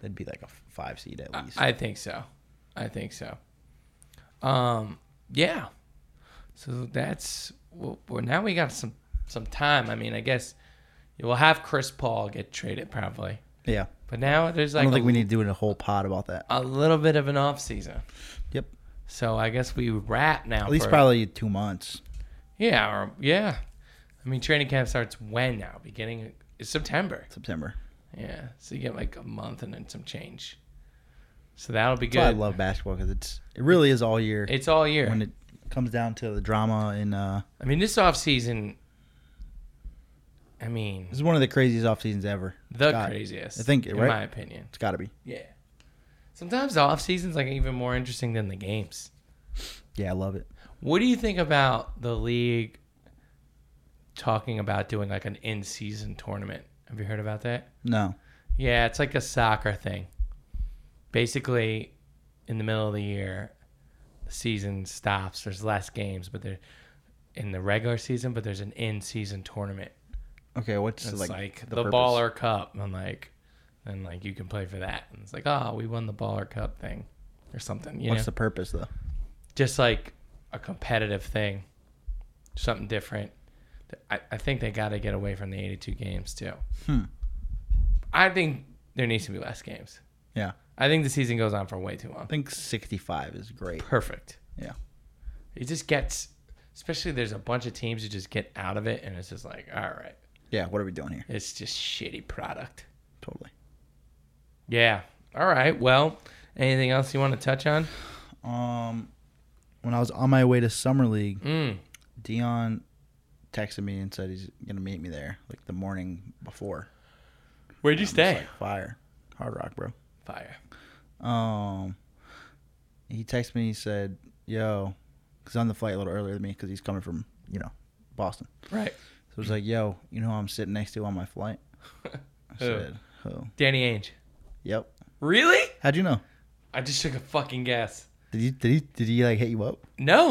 Speaker 4: that'd be like a five seed at least.
Speaker 3: I think so. I think so. Um. Yeah. So that's well. well, Now we got some some time. I mean, I guess we'll have Chris Paul get traded probably.
Speaker 4: yeah,
Speaker 3: But now there's
Speaker 4: I
Speaker 3: like
Speaker 4: don't
Speaker 3: a,
Speaker 4: think we need to do a whole pod about that.
Speaker 3: a little bit of an off season.
Speaker 4: Yep,
Speaker 3: So I guess we wrap now.
Speaker 4: at least
Speaker 3: for-
Speaker 4: probably two months.
Speaker 3: Yeah, or, yeah. I mean, training camp starts when now? Beginning it's September.
Speaker 4: September.
Speaker 3: Yeah, so you get like a month and then some change. So that'll be good.
Speaker 4: That's why I love basketball because it's it really is all year
Speaker 3: It's all year.
Speaker 4: when it comes down to the drama and uh,
Speaker 3: I mean, this off season. I mean,
Speaker 4: this is one of the craziest off seasons ever.
Speaker 3: the
Speaker 4: God.
Speaker 3: craziest.
Speaker 4: I think,
Speaker 3: in
Speaker 4: right?
Speaker 3: my opinion.
Speaker 4: It's got to be.
Speaker 3: Yeah. Sometimes the off season's like even more interesting than the games.
Speaker 4: Yeah, I love it.
Speaker 3: What do you think about the league talking about doing like an in season tournament? Have you heard about that?
Speaker 4: No,
Speaker 3: Yeah, it's like a soccer thing. Basically, in the middle of the year, the season stops. There's less games, but they're in the regular season. But there's an in-season tournament.
Speaker 4: okay, what's
Speaker 3: It's
Speaker 4: like,
Speaker 3: like, the,
Speaker 4: purpose?
Speaker 3: Baller Cup, and like, then like you can play for that. And it's like, oh, we won the Baller Cup thing, or something. You
Speaker 4: What's
Speaker 3: know,
Speaker 4: the purpose though?
Speaker 3: just like a competitive thing, something different. I, I think they got to get away from the 82 games too.
Speaker 4: Hmm.
Speaker 3: I think there needs to be less games.
Speaker 4: Yeah,
Speaker 3: I think the season goes on for way too
Speaker 4: I
Speaker 3: long.
Speaker 4: think 65 is great.
Speaker 3: Perfect.
Speaker 4: Yeah.
Speaker 3: It just gets, especially there's a bunch of teams who just get out of it, and it's just like, all right,
Speaker 4: Yeah, what are we doing here?
Speaker 3: it's just shitty product.
Speaker 4: Totally.
Speaker 3: Yeah. All right. Well, anything else you want to touch on?
Speaker 4: Um, when I was on my way to summer league,
Speaker 3: Mm.
Speaker 4: Dion texted me and said he's gonna meet me there like the morning before.
Speaker 3: Where'd you
Speaker 4: It's like fire, hard rock, bro.
Speaker 3: Fire.
Speaker 4: Um, He texted me. He said, "Yo," because on the flight a little earlier than me because he's coming from you know Boston.
Speaker 3: Right.
Speaker 4: So he's like, "Yo, you know who I'm sitting next to on my flight?" I
Speaker 3: Who?
Speaker 4: said, "Who?"
Speaker 3: Danny Ainge.
Speaker 4: Yep.
Speaker 3: Really?
Speaker 4: How'd you know?
Speaker 3: I just took a fucking guess.
Speaker 4: Did he did he did he like hit you up?
Speaker 3: No.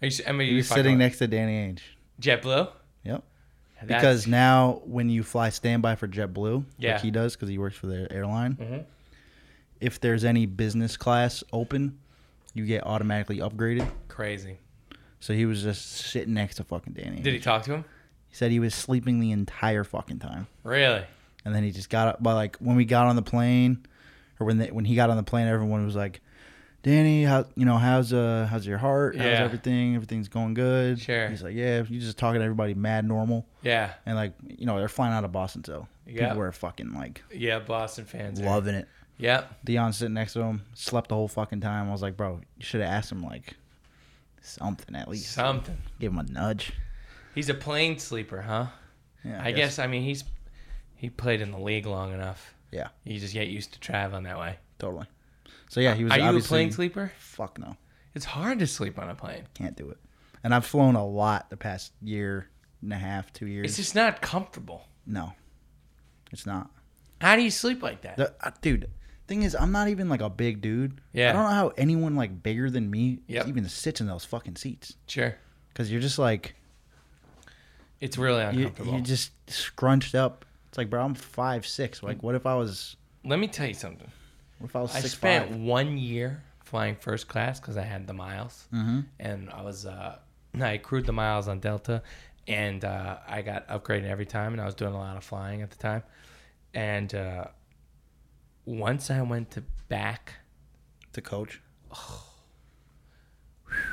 Speaker 3: Are you, s- I mean,
Speaker 4: He
Speaker 3: you
Speaker 4: was sitting next to Danny Ainge.
Speaker 3: JetBlue.
Speaker 4: Yep.
Speaker 3: That's-
Speaker 4: Because now when you fly standby for JetBlue,
Speaker 3: Yeah. Mm-hmm.
Speaker 4: like he does because he works for their airline, if there's any business class open, you get automatically upgraded.
Speaker 3: crazy.
Speaker 4: So he was just sitting next to fucking Danny.
Speaker 3: Did he talk to him?
Speaker 4: He said he was sleeping the entire fucking time,
Speaker 3: Really?
Speaker 4: and then he just got up. By like when we got on the plane, or when they, when he got on the plane, everyone was like, "Danny, how you know how's uh how's your heart? How's
Speaker 3: Yeah.
Speaker 4: everything? Everything's going good."
Speaker 3: Sure.
Speaker 4: He's like, "Yeah, you just talking to everybody, mad normal."
Speaker 3: Yeah.
Speaker 4: And like you know, they're flying out of Boston, so
Speaker 3: Yeah.
Speaker 4: people were fucking like
Speaker 3: Yeah, Boston fans. are-
Speaker 4: loving it.
Speaker 3: Yep.
Speaker 4: Dion sitting next to him, slept the whole fucking time. I was like, "Bro, you should have asked him like something at least.
Speaker 3: Something.
Speaker 4: Give him a nudge."
Speaker 3: He's a plane sleeper, huh?
Speaker 4: Yeah,
Speaker 3: I guess. I mean, he's he played in the league long enough.
Speaker 4: Yeah,
Speaker 3: You just get used to traveling that way.
Speaker 4: totally. So yeah, he was.
Speaker 3: Are you a
Speaker 4: obviously-
Speaker 3: plane sleeper?
Speaker 4: Fuck no.
Speaker 3: It's hard to sleep on a plane.
Speaker 4: can't do it. And I've flown a lot the past year and a half, two years.
Speaker 3: It's just not comfortable.
Speaker 4: no, it's not.
Speaker 3: How do you sleep like that?
Speaker 4: The, uh, dude, thing is, I'm not even like a big dude.
Speaker 3: Yeah.
Speaker 4: I don't know how anyone like bigger than me
Speaker 3: Yep.
Speaker 4: even sits in those fucking seats
Speaker 3: Sure.
Speaker 4: because you're just like
Speaker 3: It's really
Speaker 4: you,
Speaker 3: uncomfortable.
Speaker 4: you're just scrunched up. It's like, bro, I'm five six. Like, what if I was?
Speaker 3: Let me tell you something.
Speaker 4: What if I was
Speaker 3: I
Speaker 4: six
Speaker 3: spent
Speaker 4: five?
Speaker 3: one year flying first class because I had the miles, mm-hmm. and I was uh, I accrued the miles on Delta, and uh, I got upgraded every time, and I was doing a lot of flying at the time, and uh, once I went to back,
Speaker 4: To coach.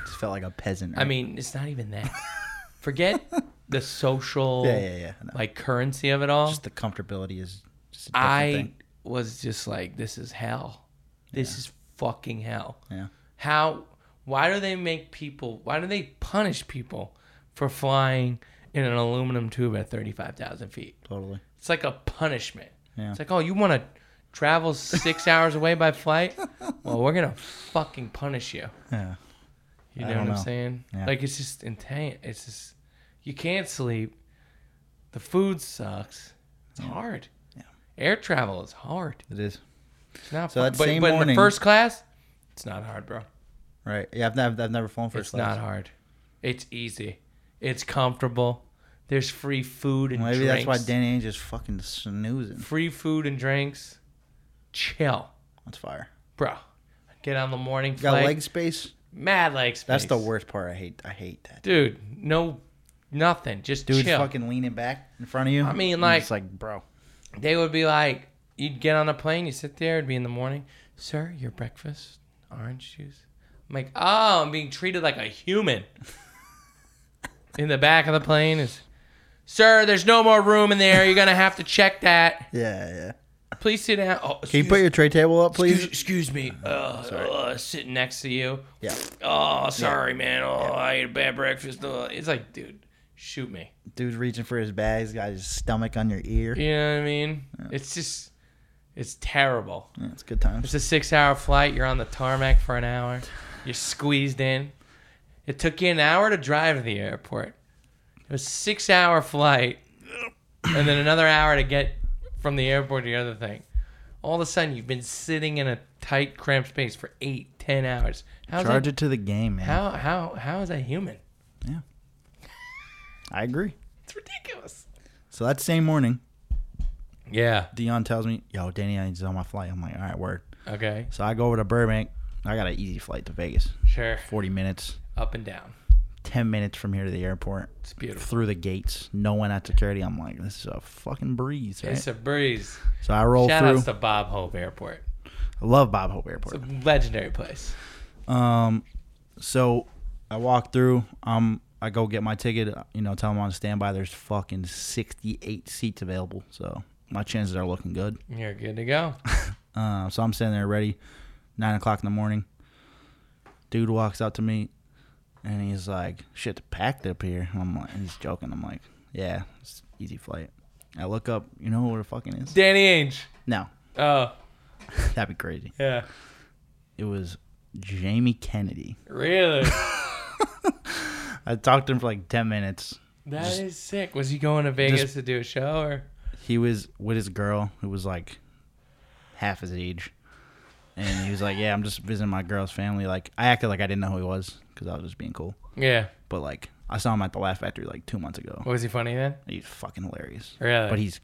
Speaker 4: Just felt like a peasant.
Speaker 3: I
Speaker 4: right?
Speaker 3: mean it's not even that. Forget the social
Speaker 4: Yeah, yeah, yeah, I know.
Speaker 3: like currency of it all.
Speaker 4: just the comfortability is just a different
Speaker 3: I
Speaker 4: thing.
Speaker 3: was just like, this is hell. This is fucking hell.
Speaker 4: Yeah.
Speaker 3: How? Why do they make people? Why do they punish people for flying in an aluminum tube at thirty-five thousand feet?
Speaker 4: Totally.
Speaker 3: It's like a punishment.
Speaker 4: Yeah.
Speaker 3: It's like, oh, you want to travel six hours away by flight? Well, we're gonna fucking punish you.
Speaker 4: Yeah.
Speaker 3: You know
Speaker 4: I
Speaker 3: what
Speaker 4: don't
Speaker 3: I'm
Speaker 4: know.
Speaker 3: saying?
Speaker 4: Yeah.
Speaker 3: Like it's just intense. It's just you can't sleep. The food sucks. It's hard.
Speaker 4: Yeah.
Speaker 3: Air travel is hard.
Speaker 4: It is.
Speaker 3: It's not
Speaker 4: So
Speaker 3: fun.
Speaker 4: that
Speaker 3: but,
Speaker 4: same
Speaker 3: but in the
Speaker 4: morning-
Speaker 3: first class, it's not hard, bro.
Speaker 4: Right. Yeah, I've, nev- I've never flown first
Speaker 3: It's
Speaker 4: class.
Speaker 3: not hard. It's easy. It's comfortable. There's free food and
Speaker 4: Well, Maybe
Speaker 3: drinks.
Speaker 4: that's why Danny Ainge is fucking snoozing.
Speaker 3: free food and drinks. Chill,
Speaker 4: That's fire.
Speaker 3: bro. Get on the morning
Speaker 4: Got
Speaker 3: flight.
Speaker 4: leg space.
Speaker 3: Mad leg space.
Speaker 4: That's the worst part. I hate. I hate that.
Speaker 3: Dude, no, nothing. Just
Speaker 4: Dude's
Speaker 3: chill.
Speaker 4: fucking leaning back in front of you.
Speaker 3: I mean,
Speaker 4: You're
Speaker 3: like-
Speaker 4: just like, bro.
Speaker 3: they would be like, you'd get on a plane, you sit there, it'd be in the morning. Sir, your breakfast, orange juice. I'm like, oh, I'm being treated like a human. in the back of the plane is, sir, there's no more room in there. You're gonna have to check that.
Speaker 4: Yeah, yeah.
Speaker 3: Please sit down. Oh,
Speaker 4: Can you put your tray table up,
Speaker 3: excuse,
Speaker 4: please?
Speaker 3: excuse me. Uh, uh, sitting next to you.
Speaker 4: Yeah.
Speaker 3: Oh, sorry, man. Oh, I ate a bad breakfast. Uh, It's like, dude, shoot me.
Speaker 4: Dude's reaching for his bags. Got his stomach on your ear. Yeah,
Speaker 3: You know what I mean? It's just, it's terrible.
Speaker 4: it's good times.
Speaker 3: It's a six hour flight. You're on the tarmac for an hour. You're squeezed in. It took you an hour to drive to the airport. It was a six hour flight and then another hour to get from the airport to the other thing. All of a sudden, you've been sitting in a tight, cramped space for eight, ten hours. How's
Speaker 4: Charge
Speaker 3: that,
Speaker 4: it to the game, man.
Speaker 3: how, how, how is that human?
Speaker 4: I agree.
Speaker 3: It's ridiculous.
Speaker 4: So that same morning,
Speaker 3: Yeah.
Speaker 4: Dion tells me, "Yo, Danny Ainge is on my flight." I'm like, "All right, word."
Speaker 3: Okay.
Speaker 4: So I go over to Burbank. I got an easy flight to Vegas.
Speaker 3: Sure.
Speaker 4: Forty minutes.
Speaker 3: Up and down.
Speaker 4: 10 minutes from here to the airport
Speaker 3: It's beautiful.
Speaker 4: through the gates, no one at security. I'm like, this is a fucking breeze, right?
Speaker 3: It's a breeze.
Speaker 4: so I roll
Speaker 3: Shout outs
Speaker 4: through.
Speaker 3: to Bob Hope Airport.
Speaker 4: I love Bob Hope
Speaker 3: It's
Speaker 4: Airport.
Speaker 3: a legendary place.
Speaker 4: Um, so I walk through. Um, I go get my ticket. You know, tell them on standby. There's fucking 68 seats available, so my chances are looking good.
Speaker 3: You're good to go.
Speaker 4: Uh, so I'm standing there ready. Nine o'clock in the morning. Dude walks up to me, and he's like, "Shit's packed up here." I'm like, he's joking. I'm like, "Yeah, it's easy flight." I look up. You know who it fucking is?
Speaker 3: Danny Ainge.
Speaker 4: No,
Speaker 3: Oh,
Speaker 4: that'd be crazy.
Speaker 3: yeah.
Speaker 4: It was Jamie Kennedy.
Speaker 3: Really?
Speaker 4: I talked to him for like 10 minutes.
Speaker 3: that is sick. Was he going to Vegas to do a show or?
Speaker 4: He was with his girl who was like half his age. And he was like, Yeah, I'm just visiting my girl's family. Like, I acted like I didn't know who he was because I was just being cool.
Speaker 3: Yeah.
Speaker 4: But like, I saw him at the Laugh Factory like two months ago.
Speaker 3: Was he funny then?
Speaker 4: He's fucking hilarious.
Speaker 3: Really?
Speaker 4: But he's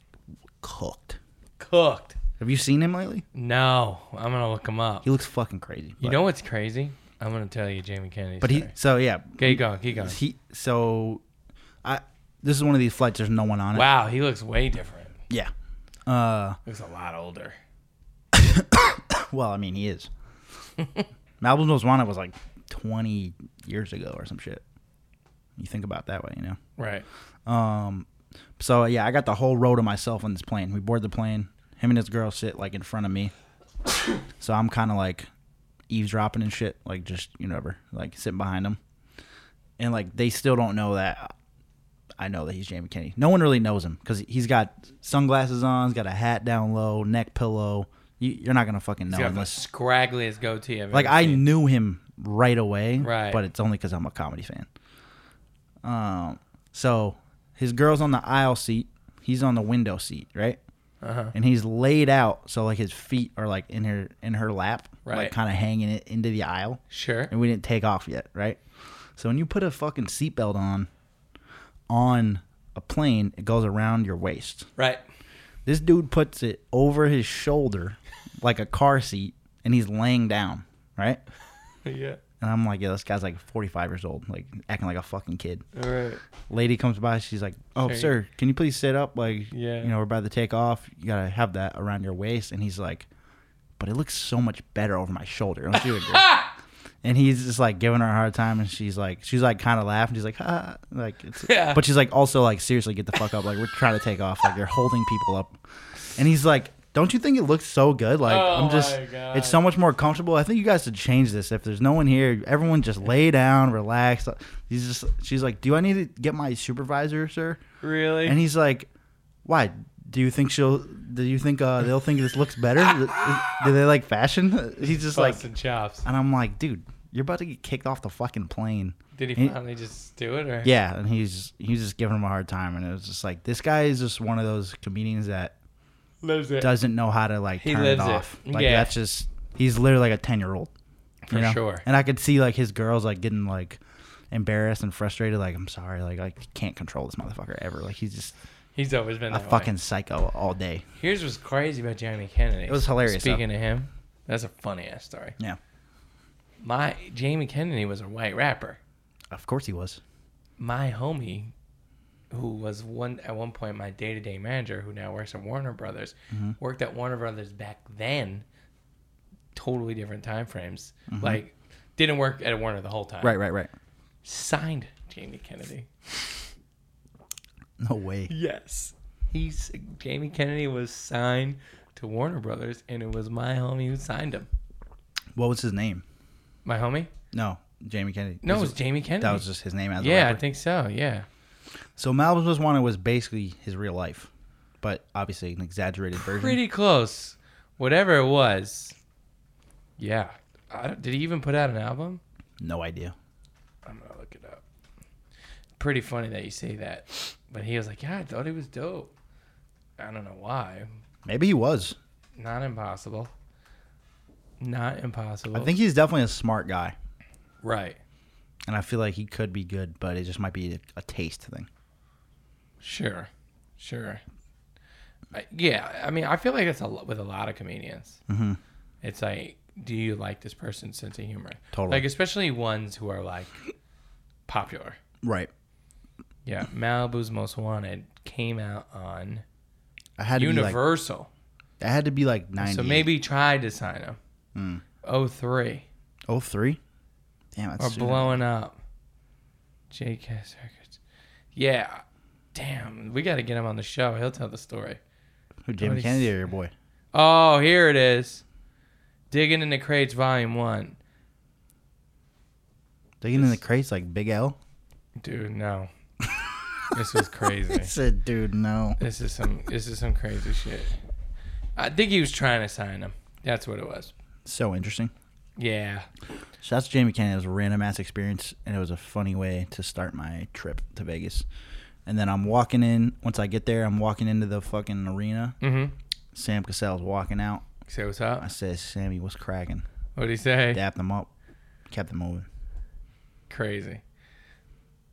Speaker 4: cooked.
Speaker 3: cooked.
Speaker 4: Have you seen him lately?
Speaker 3: No, I'm gonna look him up.
Speaker 4: He looks fucking crazy.
Speaker 3: you
Speaker 4: but-
Speaker 3: know what's crazy? I'm gonna tell you, Jamie Kennedy.
Speaker 4: But he, so yeah,
Speaker 3: Okay, go, keep going.
Speaker 4: he, so I, this is one of these flights. There's no one on it.
Speaker 3: Wow, he looks way different.
Speaker 4: Yeah. Uh,
Speaker 3: Looks a lot older.
Speaker 4: well, I mean, he is. Malibu Most Wanted was like 20 years ago or some shit. You think about it that way, you know.
Speaker 3: Right.
Speaker 4: Um, so yeah, I got the whole row to myself on this plane. We board the plane. Him and his girl sit like in front of me. so I'm kind of like eavesdropping and shit, like just you know, whatever, like sitting behind him. And like they still don't know that I know that he's Jamie Kennedy. No one really knows him because he's got sunglasses on, he's got a hat down low, neck pillow. You, you're not gonna fucking know
Speaker 3: He's got the
Speaker 4: unless
Speaker 3: scraggliest goatee I've
Speaker 4: like
Speaker 3: ever
Speaker 4: I
Speaker 3: seen.
Speaker 4: knew him right away,
Speaker 3: Right.
Speaker 4: But it's only because I'm a comedy fan. Um, so his girl's on the aisle seat, he's on the window seat, right?
Speaker 3: Uh-huh.
Speaker 4: And he's laid out, so like his feet are like in her in her lap,
Speaker 3: Right.
Speaker 4: Like kind of hanging it into the aisle,
Speaker 3: Sure.
Speaker 4: and we didn't take off yet, right? So when you put a fucking seatbelt on, on a plane, it goes around your waist.
Speaker 3: Right.
Speaker 4: This dude puts it over his shoulder, like a car seat, and he's laying down, right?
Speaker 3: yeah.
Speaker 4: And I'm like, yeah, this guy's like 45 years old, like acting like a fucking kid.
Speaker 3: All right.
Speaker 4: Lady comes by, she's like, oh,
Speaker 3: Hey.
Speaker 4: sir, can you please sit up? Like,
Speaker 3: Yeah.
Speaker 4: you know, we're about to take off. You gotta have that around your waist. And he's like, but it looks so much better over my shoulder. Don't you agree? and he's just like giving her a hard time, and she's like, she's like kind of laughing. She's like, ah, like, it's,
Speaker 3: Yeah.
Speaker 4: but she's like also like seriously, get the fuck up. Like we're trying to take off. Like you're holding people up. And he's like. Don't you think it looks so good? Like
Speaker 3: Oh
Speaker 4: I'm just,
Speaker 3: my God.
Speaker 4: it's so much more comfortable. I think you guys should change this. If there's no one here, everyone just lay down, relax. He's just, she's like, do I need to get my supervisor, sir?
Speaker 3: Really?
Speaker 4: And he's like, "Why? Do you think she'll? Do you think uh, they'll think this looks better? do they like fashion?" He's just like,
Speaker 3: Busting chops.
Speaker 4: and I'm like, "Dude, you're about to get kicked off the fucking plane."
Speaker 3: Did he
Speaker 4: and-
Speaker 3: finally just do it or?
Speaker 4: Yeah, and he's he's just giving him a hard time, and it was just like, this guy is just one of those comedians that
Speaker 3: Lives it.
Speaker 4: doesn't know how to like
Speaker 3: He
Speaker 4: turn
Speaker 3: lives
Speaker 4: it
Speaker 3: it.
Speaker 4: off. Like
Speaker 3: Yeah.
Speaker 4: that's just he's literally like a ten year old.
Speaker 3: For sure.
Speaker 4: And I could see like his girls like getting like embarrassed and frustrated. Like I'm sorry, like I can't control this motherfucker ever. Like he's just
Speaker 3: He's always been
Speaker 4: a
Speaker 3: that way.
Speaker 4: fucking psycho all day.
Speaker 3: Here's what's crazy about Jamie Kennedy. It
Speaker 4: was hilarious, though.
Speaker 3: Speaking of him, that's a funny ass story.
Speaker 4: Yeah.
Speaker 3: My Jamie Kennedy was a white rapper.
Speaker 4: Of course he was.
Speaker 3: my homie, who was one at one point my day to day manager, who now works at Warner Brothers,
Speaker 4: Mm-hmm.
Speaker 3: worked at Warner Brothers back then. Totally different time frames. Like, didn't work at Warner the whole time.
Speaker 4: Mm-hmm. Right, right, right.
Speaker 3: Signed Jamie Kennedy.
Speaker 4: No way.
Speaker 3: Yes. He's Jamie Kennedy was signed to Warner Brothers, and it was my homie who signed him.
Speaker 4: What was his name?
Speaker 3: My homie?
Speaker 4: No, Jamie Kennedy.
Speaker 3: No, it
Speaker 4: This
Speaker 3: was Jamie Kennedy.
Speaker 4: that was just his name as a
Speaker 3: yeah, I
Speaker 4: rapper.
Speaker 3: think so. Yeah,
Speaker 4: So Malibu's Most Wanted was basically his real life, but obviously an exaggerated version.
Speaker 3: pretty close. Whatever it was. Yeah. I don't, did he even put out an album?
Speaker 4: No idea.
Speaker 3: I'm gonna look it up. Pretty funny that you say that. But he was like, Yeah, I thought he was dope. I don't know why.
Speaker 4: Maybe he was.
Speaker 3: Not impossible. Not impossible.
Speaker 4: I think he's definitely a smart guy,
Speaker 3: right.
Speaker 4: and I feel like he could be good, but it just might be a, a taste thing.
Speaker 3: Sure. Sure. I, yeah, I mean, I feel like that's a lot with a lot of comedians. Mm-hmm. It's like, do you like this person's sense of humor?
Speaker 4: Totally.
Speaker 3: Like, especially ones who are like popular.
Speaker 4: Right.
Speaker 3: Yeah, Malibu's Most Wanted came out on
Speaker 4: I had to be like
Speaker 3: Universal.
Speaker 4: I had to be like ninety.
Speaker 3: so maybe tried to sign him.
Speaker 4: Mm.
Speaker 3: Oh three,
Speaker 4: oh three. Damn, that's
Speaker 3: or
Speaker 4: soon.
Speaker 3: blowing up. JK Circuits. Yeah. Damn, we got to get him on the show. He'll tell the story.
Speaker 4: Who, Jamie
Speaker 3: already
Speaker 4: Kennedy or your boy?
Speaker 3: Oh, here it is. Digging in the Crates Volume 1.
Speaker 4: Digging in the crates like Big L.
Speaker 3: Dude, no. this is crazy.
Speaker 4: said, dude, no.
Speaker 3: This is some this is some crazy shit. I think he was trying to sign him. That's what it was.
Speaker 4: So interesting.
Speaker 3: Yeah.
Speaker 4: So that's Jamie Cannon. It was a random ass experience, and it was a funny way to start my trip to Vegas. And then I'm walking in. Once I get there, I'm walking into the fucking arena.
Speaker 3: Mm-hmm.
Speaker 4: Sam Cassell's walking out.
Speaker 3: Say what's
Speaker 4: I
Speaker 3: up.
Speaker 4: says, "Sammy, what's cracking?"
Speaker 3: What'd he say?
Speaker 4: Dapped him up, kept him moving.
Speaker 3: Crazy.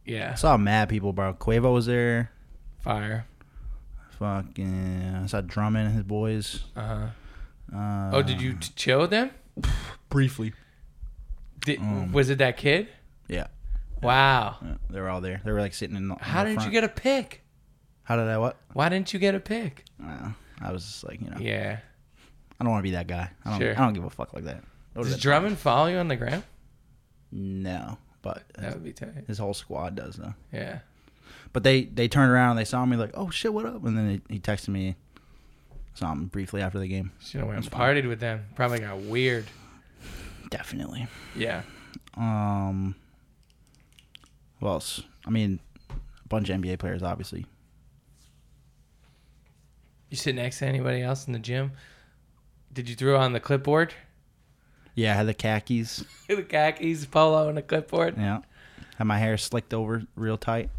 Speaker 3: Yeah.
Speaker 4: I saw mad people, bro. Quavo was there.
Speaker 3: Fire.
Speaker 4: Fucking, I saw Drummond and his boys.
Speaker 3: Uh huh.
Speaker 4: Uh,
Speaker 3: Oh, did you t- chill with them?
Speaker 4: briefly?
Speaker 3: Did, was it that kid?
Speaker 4: Mm. Yeah,
Speaker 3: Wow.
Speaker 4: Uh, yeah, they were all there. They were like sitting in. The,
Speaker 3: How did you get a pick?
Speaker 4: How did I what?
Speaker 3: Why didn't you get a pick?
Speaker 4: Uh, I was just like, you know,
Speaker 3: Yeah.
Speaker 4: I don't want to be that guy. I don't.
Speaker 3: Sure.
Speaker 4: I don't give a fuck like that. That would've
Speaker 3: Does
Speaker 4: been-
Speaker 3: Drummond follow you on the ground?
Speaker 4: No, but
Speaker 3: That would be tight.
Speaker 4: his whole squad does though.
Speaker 3: Yeah.
Speaker 4: But they they turned around and they saw me like, oh shit, what up? And then he, he texted me something briefly after the game.
Speaker 3: Should have went
Speaker 4: That's
Speaker 3: and
Speaker 4: fine.
Speaker 3: partied with them. Probably got weird.
Speaker 4: Definitely.
Speaker 3: Yeah.
Speaker 4: Um. Who else? I mean, a bunch of NBA players, obviously.
Speaker 3: You sit next to anybody else in the gym? Did you throw on the clipboard?
Speaker 4: Yeah, I had the khakis.
Speaker 3: the khakis, polo, and a clipboard?
Speaker 4: Yeah, had my hair slicked over real tight.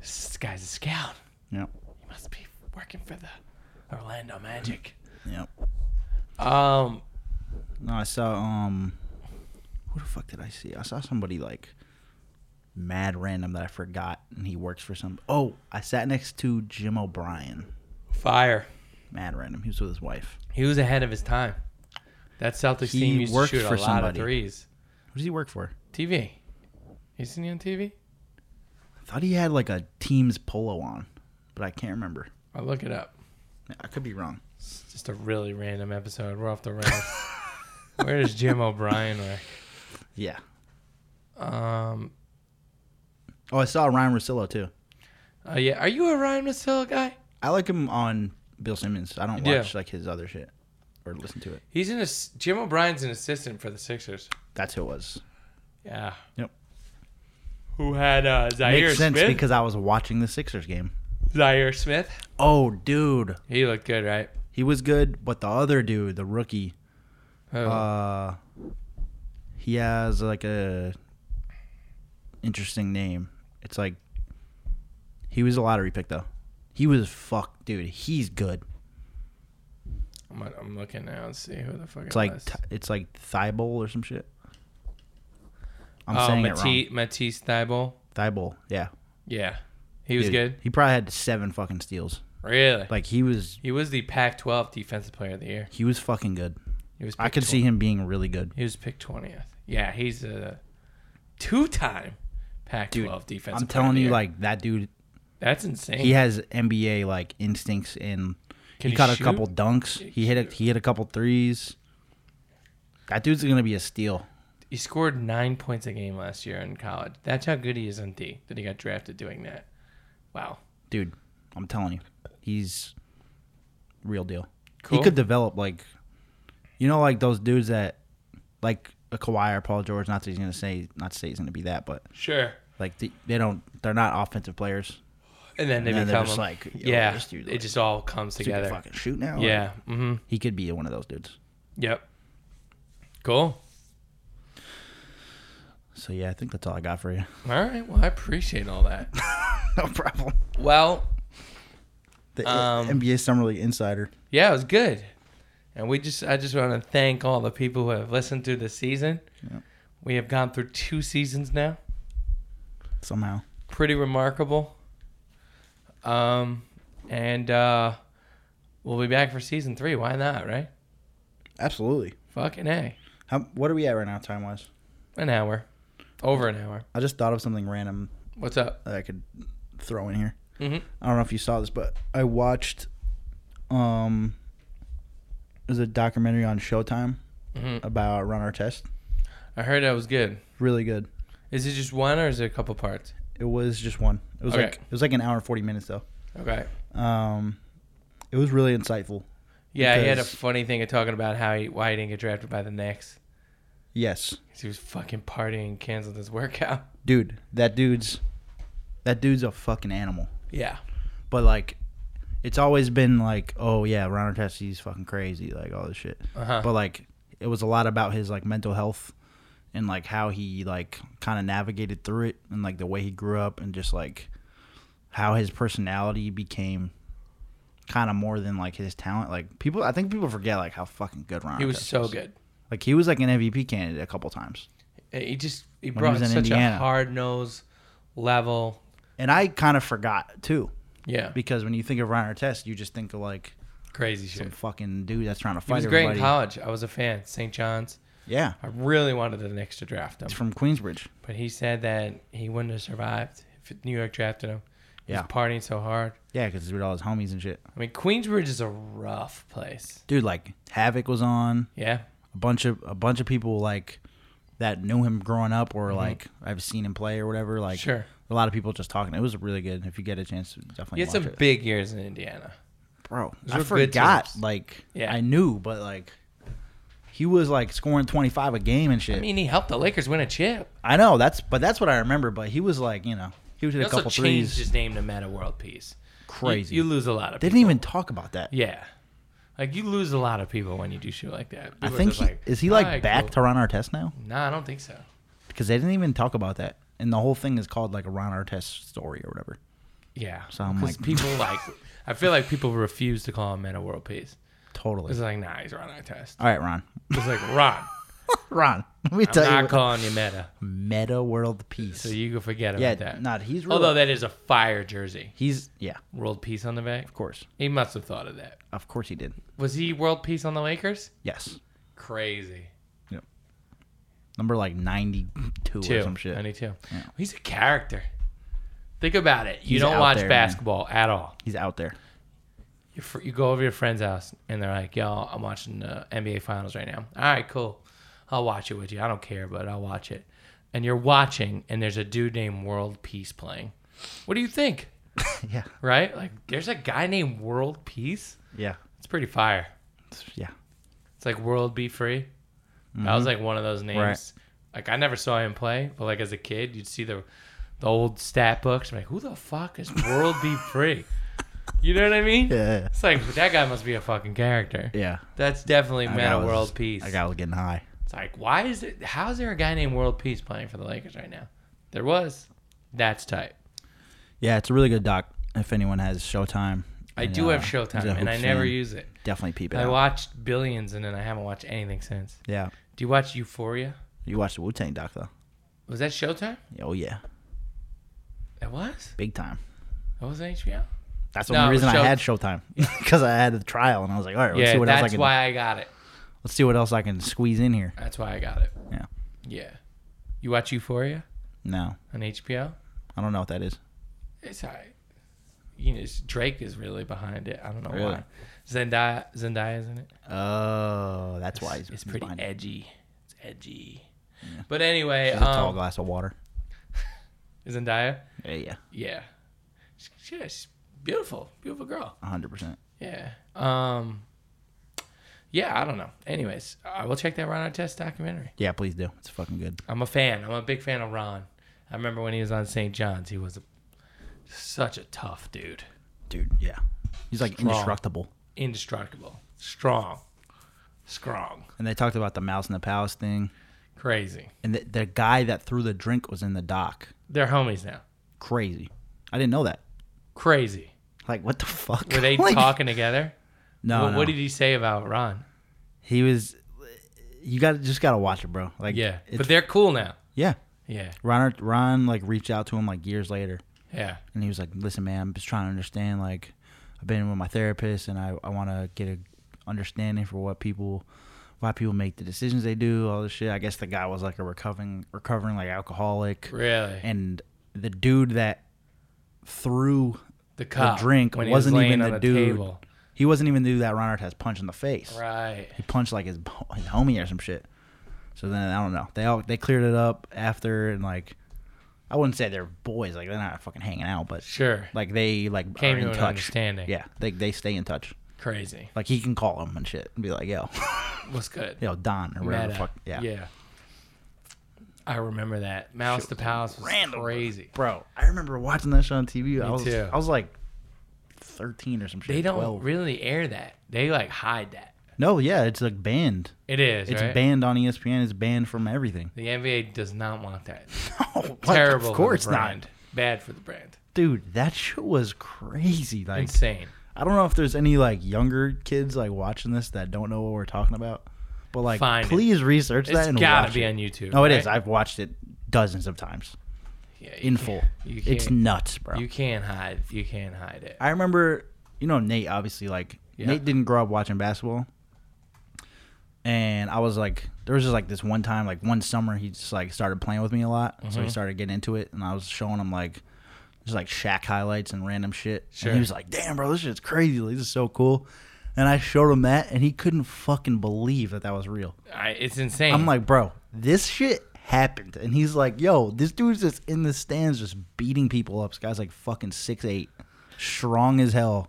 Speaker 3: This guy's a scout.
Speaker 4: Yeah,
Speaker 3: He must be working for the Orlando Magic.
Speaker 4: yeah.
Speaker 3: Um,
Speaker 4: No, I saw um. Who the fuck did I see? I saw somebody like mad random that I forgot, and he works for some. Oh, I sat next to Jim O'Brien.
Speaker 3: fire.
Speaker 4: Mad random. He was with his wife.
Speaker 3: He was ahead of his time. That Celtics
Speaker 4: He
Speaker 3: team used to
Speaker 4: worked
Speaker 3: shoot a
Speaker 4: for
Speaker 3: lot
Speaker 4: somebody.
Speaker 3: of threes.
Speaker 4: Who does he work for?
Speaker 3: TV. You seen him on TV?
Speaker 4: I thought he had like a team's polo on, but I can't remember.
Speaker 3: I'll look it up.
Speaker 4: I could be wrong.
Speaker 3: It's just a really random episode. We're off the rails. Where does Jim O'Brien work?
Speaker 4: Yeah.
Speaker 3: Um,
Speaker 4: Oh, I saw Ryan Rosillo too.
Speaker 3: uh, yeah, are you a Ryan Masil guy?
Speaker 4: I like him on Bill Simmons. I don't
Speaker 3: Yeah.
Speaker 4: watch like his other shit or listen to it.
Speaker 3: He's an ass- Jim O'Brien's an assistant for the Sixers.
Speaker 4: That's who it was.
Speaker 3: Yeah.
Speaker 4: Yep.
Speaker 3: Who had uh, Zaire
Speaker 4: Makes sense
Speaker 3: Smith?
Speaker 4: because I was watching the Sixers game.
Speaker 3: Zaire Smith.
Speaker 4: Oh, dude,
Speaker 3: He looked good, right?
Speaker 4: he was good, but the other dude, the rookie,
Speaker 3: Oh,
Speaker 4: uh, he has like a interesting name. It's like he was a lottery pick though. He was fuck, dude. He's good.
Speaker 3: I'm, I'm looking now and see who the fuck
Speaker 4: It's
Speaker 3: it
Speaker 4: like
Speaker 3: was.
Speaker 4: t- it's like Thibault or some shit. I'm
Speaker 3: oh,
Speaker 4: saying it
Speaker 3: Matisse,
Speaker 4: wrong.
Speaker 3: Matisse Thibault.
Speaker 4: Thibault, yeah.
Speaker 3: Yeah, he was
Speaker 4: Dude,
Speaker 3: good.
Speaker 4: He probably had seven fucking steals.
Speaker 3: Really,
Speaker 4: Like he was,
Speaker 3: he was the Pac-12 Defensive Player of the Year.
Speaker 4: he was fucking good.
Speaker 3: He was.
Speaker 4: I
Speaker 3: picked
Speaker 4: could
Speaker 3: 20
Speaker 4: see him being really good.
Speaker 3: He was picked twentieth. Yeah, he's a two-time Pac-12
Speaker 4: Dude,
Speaker 3: Defensive. Player
Speaker 4: I'm
Speaker 3: of
Speaker 4: telling
Speaker 3: the
Speaker 4: you,
Speaker 3: Year.
Speaker 4: like that dude,
Speaker 3: that's insane.
Speaker 4: he has NBA like instincts, and
Speaker 3: Can
Speaker 4: he
Speaker 3: he
Speaker 4: caught
Speaker 3: shoot?
Speaker 4: a couple dunks.
Speaker 3: He
Speaker 4: He hit a, he hit a couple threes. That dude's gonna be a steal.
Speaker 3: he scored nine points a game last year in college. That's how good he is on D. That he got drafted doing that. Wow.
Speaker 4: dude, I'm telling you, he's real deal.
Speaker 3: Cool.
Speaker 4: He could develop like, you know, like those dudes that, like a Kawhi or Paul George. Not that he's gonna say, not to say he's gonna be that, but
Speaker 3: Sure.
Speaker 4: like they, they don't, they're not offensive players.
Speaker 3: And then they
Speaker 4: And then they're
Speaker 3: become
Speaker 4: just
Speaker 3: him.
Speaker 4: like, yo,
Speaker 3: yeah,
Speaker 4: this dude,
Speaker 3: it
Speaker 4: like,
Speaker 3: just all comes
Speaker 4: Dude, they
Speaker 3: together.
Speaker 4: fucking shoot now. Like,
Speaker 3: Yeah. Mm-hmm.
Speaker 4: he could be one of those dudes.
Speaker 3: Yep. Cool.
Speaker 4: So yeah, I think that's all I got for you.
Speaker 3: All right. Well, I appreciate all that.
Speaker 4: no problem.
Speaker 3: well,
Speaker 4: The
Speaker 3: Um,
Speaker 4: NBA Summer League Insider.
Speaker 3: yeah, it was good. And we just, I just want to thank all the people who have listened through the season.
Speaker 4: Yep.
Speaker 3: We have gone through two seasons now.
Speaker 4: Somehow,
Speaker 3: Pretty remarkable. Um, and uh, we'll be back for season three. Why not? Right?
Speaker 4: absolutely.
Speaker 3: Fucking a,
Speaker 4: How, what are we at right now, time wise?
Speaker 3: an hour, over an hour.
Speaker 4: I just thought of something random
Speaker 3: What's up?
Speaker 4: that I could throw in here.
Speaker 3: Mhm.
Speaker 4: I don't know if you saw this, but I watched um there's a documentary on Showtime
Speaker 3: Mhm.
Speaker 4: about Ron Artest.
Speaker 3: I heard that was good.
Speaker 4: Really good.
Speaker 3: Is it just one or is it a couple parts?
Speaker 4: It was just one. It was
Speaker 3: Okay.
Speaker 4: like it was like an hour and forty minutes though.
Speaker 3: Okay.
Speaker 4: Um it was really insightful.
Speaker 3: Yeah, he had a
Speaker 4: Because-
Speaker 3: funny thing of talking about how he why he didn't get drafted by the Knicks.
Speaker 4: Yes.
Speaker 3: 'Cause He was fucking partying, and canceled his workout.
Speaker 4: Dude, that dude's that dude's a fucking animal.
Speaker 3: Yeah,
Speaker 4: But like it's always been like, oh yeah, Ron Artest he's fucking crazy, like all this shit.
Speaker 3: Uh-huh.
Speaker 4: But like It was a lot about his like mental health and like how he like kind of navigated through it and like the way he grew up and just like how his personality became kind of more than like his talent. Like people, I think people forget like how fucking good Ron.
Speaker 3: He was
Speaker 4: Artest
Speaker 3: so good.
Speaker 4: Like he was like an MVP candidate a couple times.
Speaker 3: He just he
Speaker 4: he
Speaker 3: brought
Speaker 4: was in
Speaker 3: such
Speaker 4: Indiana.
Speaker 3: a hard nose level.
Speaker 4: And I kind of forgot too,
Speaker 3: Yeah,
Speaker 4: because when you think of Ron Artest, you just think of like
Speaker 3: crazy
Speaker 4: some
Speaker 3: shit.
Speaker 4: fucking dude that's trying to
Speaker 3: He
Speaker 4: fight
Speaker 3: was great
Speaker 4: everybody.
Speaker 3: in college. I was a fan. St. John's.
Speaker 4: Yeah,
Speaker 3: I really wanted the Knicks to draft him,
Speaker 4: it's from Queensbridge.
Speaker 3: but he said that he wouldn't have survived if New York drafted him. He
Speaker 4: Yeah.
Speaker 3: was partying so hard.
Speaker 4: Yeah, because he's with all his homies and shit.
Speaker 3: I mean, Queensbridge is a rough place.
Speaker 4: Dude, like Havoc was on
Speaker 3: Yeah,
Speaker 4: a bunch of a bunch of people like that knew him growing up or like I've seen him play or whatever. Like
Speaker 3: Mm-hmm. Sure.
Speaker 4: a lot of people just talking. It was really good. If you get a chance, definitely
Speaker 3: he had
Speaker 4: watch
Speaker 3: some
Speaker 4: it.
Speaker 3: big years in Indiana.
Speaker 4: bro.
Speaker 3: Those
Speaker 4: I
Speaker 3: were good
Speaker 4: forgot.
Speaker 3: teams.
Speaker 4: Like
Speaker 3: Yeah.
Speaker 4: I knew, but like he was like scoring twenty five a game and shit.
Speaker 3: I
Speaker 4: I,
Speaker 3: mean, he helped the Lakers win a chip.
Speaker 4: know that's, but that's what I remember. But he was like, you know, he was
Speaker 3: He
Speaker 4: hit a
Speaker 3: also
Speaker 4: couple
Speaker 3: changed
Speaker 4: threes.
Speaker 3: his name to Meta World Peace. You-
Speaker 4: crazy.
Speaker 3: You, lose a lot of.
Speaker 4: they
Speaker 3: people.
Speaker 4: didn't even talk about that.
Speaker 3: Yeah, like you lose a lot of people when you do shit like that.
Speaker 4: I
Speaker 3: People
Speaker 4: think
Speaker 3: just
Speaker 4: he, is he like
Speaker 3: "Alright,
Speaker 4: back
Speaker 3: cool."
Speaker 4: to Ron Artest now?
Speaker 3: Nah, I don't think so.
Speaker 4: Because they didn't even talk about that, and the whole thing is called like a Ron Artest story or whatever.
Speaker 3: Yeah,
Speaker 4: So I'm
Speaker 3: 'Cause
Speaker 4: like-
Speaker 3: people like. I feel like people refuse to call him Man of World Peace.
Speaker 4: Totally.
Speaker 3: It's like, nah, he's Ron Artest.
Speaker 4: All right, Ron.
Speaker 3: It's like Ron,
Speaker 4: Ron, let me
Speaker 3: I'm
Speaker 4: tell you,
Speaker 3: not
Speaker 4: what-
Speaker 3: calling you Meta,
Speaker 4: meta world peace.
Speaker 3: so you can forget about
Speaker 4: yeah,
Speaker 3: that.
Speaker 4: not he's. Real.
Speaker 3: Although that is a fire jersey,
Speaker 4: he's yeah, of
Speaker 3: World Peace on the back.
Speaker 4: course,
Speaker 3: He must have thought of that.
Speaker 4: of course he did.
Speaker 3: Was he World Peace on the Lakers?
Speaker 4: Yes,
Speaker 3: Crazy.
Speaker 4: number like ninety two or
Speaker 3: Two.
Speaker 4: some shit.
Speaker 3: 92.
Speaker 4: Yeah.
Speaker 3: He's a character. Think about it. You
Speaker 4: He's
Speaker 3: don't
Speaker 4: out
Speaker 3: watch
Speaker 4: there, man.
Speaker 3: basketball at all.
Speaker 4: He's out there.
Speaker 3: You, fr- you go over to your friend's house and they're like, yo, I'm watching the NBA Finals right now. All right, cool. I'll watch it with you. I don't care, but I'll watch it. And you're watching, and there's a dude named World Peace playing. What do you think?
Speaker 4: yeah,
Speaker 3: Right? Like, there's a guy named World Peace?
Speaker 4: yeah,
Speaker 3: It's pretty fire.
Speaker 4: yeah.
Speaker 3: It's like World Be Free. That was like one of those names.
Speaker 4: Mm-hmm. Right.
Speaker 3: Like I never saw him play, but like as a kid, you'd see the the old stat books. I'm like, who the fuck is World Be Free? You know what I mean?
Speaker 4: Yeah.
Speaker 3: It's like that guy must be a fucking character.
Speaker 4: Yeah.
Speaker 3: That's definitely
Speaker 4: That
Speaker 3: man
Speaker 4: guy
Speaker 3: of
Speaker 4: was-
Speaker 3: world peace.
Speaker 4: That guy was getting high.
Speaker 3: it's like why is it? How is there a guy named World Peace playing for the Lakers right now? There was. That's tight.
Speaker 4: Yeah, it's a really good doc. If anyone has Showtime,
Speaker 3: I
Speaker 4: And,
Speaker 3: do
Speaker 4: uh,
Speaker 3: have
Speaker 4: he's a
Speaker 3: Showtime, and I
Speaker 4: hoops
Speaker 3: never
Speaker 4: fan.
Speaker 3: use it.
Speaker 4: definitely peep it.
Speaker 3: I
Speaker 4: out.
Speaker 3: watched Billions, and then I haven't watched anything since.
Speaker 4: yeah,
Speaker 3: Do you watch Euphoria?
Speaker 4: you watched the Wu Tang doc though.
Speaker 3: Was that Showtime?
Speaker 4: Oh yeah,
Speaker 3: It was.
Speaker 4: big time.
Speaker 3: It was HBO.
Speaker 4: That's the
Speaker 3: No,
Speaker 4: only reason
Speaker 3: Show-
Speaker 4: I had Showtime because I had a trial and I was like, all right, let's
Speaker 3: yeah,
Speaker 4: see what
Speaker 3: that's
Speaker 4: else I can.
Speaker 3: why I got it.
Speaker 4: Let's see what else I can squeeze in here.
Speaker 3: That's why I got it.
Speaker 4: Yeah.
Speaker 3: Yeah. You watch Euphoria
Speaker 4: No,
Speaker 3: on HBO?
Speaker 4: I don't know what that is.
Speaker 3: It's all right. You know, it's- Drake is really behind it. I don't know
Speaker 4: Really?
Speaker 3: why. Zendaya, Zendaya is in it.
Speaker 4: Oh, that's why he's
Speaker 3: It's pretty
Speaker 4: behind it.
Speaker 3: edgy. It's edgy. But anyway,
Speaker 4: He's e-, a tall
Speaker 3: um,
Speaker 4: glass of water.
Speaker 3: Zendaya,
Speaker 4: Yeah, yeah,
Speaker 3: yeah, She- she- she's beautiful, beautiful girl.
Speaker 4: hundred percent.
Speaker 3: Yeah. Um. Yeah, I don't know. Anyways, I will check that Ron Artest documentary.
Speaker 4: Yeah, please do. It's fucking good.
Speaker 3: I'm a fan. I'm a big fan of Ron. I remember when he was on St. John's, he was a, such a tough dude.
Speaker 4: dude. Yeah, he's like
Speaker 3: Strong.
Speaker 4: indestructible.
Speaker 3: Indestructible. Strong. Strong.
Speaker 4: And they talked about the mouse in the palace thing,
Speaker 3: Crazy.
Speaker 4: and the, the guy that threw the drink was in the dock.
Speaker 3: They're homies now.
Speaker 4: Crazy. I didn't know that.
Speaker 3: Crazy.
Speaker 4: Like, what the fuck?
Speaker 3: Were they
Speaker 4: Like,
Speaker 3: talking together?
Speaker 4: No,
Speaker 3: what,
Speaker 4: no.
Speaker 3: what did he say about Ron?
Speaker 4: he was. You got to just gotta watch it, bro. Like,
Speaker 3: Yeah.
Speaker 4: it's-
Speaker 3: But they're cool now.
Speaker 4: yeah.
Speaker 3: Yeah.
Speaker 4: Ron, Ron, like reached out to him like years later,
Speaker 3: Yeah.
Speaker 4: and he was like, "Listen, man, I'm just trying to understand. Like, I've been with my therapist, and I, I want to get a understanding for what people, why people make the decisions they do, all this shit. I guess the guy was like a recovering, recovering like alcoholic,
Speaker 3: Really.
Speaker 4: and the dude that threw
Speaker 3: the cop.
Speaker 4: drink
Speaker 3: when he
Speaker 4: wasn't
Speaker 3: laying
Speaker 4: even
Speaker 3: on
Speaker 4: the dude. he wasn't even the dude that Ron Artest punched in the face.
Speaker 3: Right.
Speaker 4: He punched like his, bo- his homie or some shit. So then I don't know. They all they cleared it up after and like I wouldn't say they're boys like they're not fucking hanging out, but
Speaker 3: Sure.
Speaker 4: like they like
Speaker 3: Came
Speaker 4: are
Speaker 3: to
Speaker 4: in
Speaker 3: an
Speaker 4: touch.
Speaker 3: understanding.
Speaker 4: Yeah, they they stay in touch.
Speaker 3: Crazy.
Speaker 4: Like he can call him and shit and be like, yo,
Speaker 3: What's good?
Speaker 4: yo, Don or whatever the
Speaker 3: Meta.
Speaker 4: fuck. Yeah.
Speaker 3: I remember that. Mouse the Palace was
Speaker 4: random.
Speaker 3: crazy.
Speaker 4: bro. I remember watching that shit on TV. I
Speaker 3: Me
Speaker 4: was
Speaker 3: too.
Speaker 4: I was like thirteen or some shit.
Speaker 3: They don't
Speaker 4: 12.
Speaker 3: really air that. They like hide that.
Speaker 4: No, yeah, it's like banned.
Speaker 3: It is.
Speaker 4: It's
Speaker 3: right?
Speaker 4: banned on E ESPN. It's banned from everything.
Speaker 3: The NBA does not want that.
Speaker 4: Oh,
Speaker 3: Terrible.
Speaker 4: Of course
Speaker 3: for the
Speaker 4: not,
Speaker 3: brand. Bad for the brand.
Speaker 4: dude. That shit was crazy. Like,
Speaker 3: Insane.
Speaker 4: I don't know if there's any like younger kids like watching this that don't know what we're talking about, but like,
Speaker 3: Find it.
Speaker 4: please research that
Speaker 3: It's
Speaker 4: and
Speaker 3: gotta
Speaker 4: watch
Speaker 3: be
Speaker 4: it.
Speaker 3: on YouTube.
Speaker 4: No, it
Speaker 3: right?
Speaker 4: is. I've watched it dozens of times
Speaker 3: Yeah, you
Speaker 4: in
Speaker 3: can't-
Speaker 4: full.
Speaker 3: You can't,
Speaker 4: It's nuts, bro.
Speaker 3: you can't hide. You can't hide it.
Speaker 4: I remember, you know, Nate obviously like
Speaker 3: Yeah.
Speaker 4: Nate didn't grow up watching basketball. And I was like, there was just like this one time, like one summer, he just like started playing with me a lot. So
Speaker 3: Mm-hmm.
Speaker 4: he started getting into it, and I was showing him like just like Shaq highlights and random shit.
Speaker 3: Sure.
Speaker 4: And he was like, "Damn, bro, this shit's crazy. Like, this is so cool." And I showed him that, and he couldn't fucking believe that that was real.
Speaker 3: I, it's insane.
Speaker 4: I'm like, bro, this shit happened. And he's like, yo, this dude's just in the stands just beating people up. This guy's like fucking six eight, strong as hell.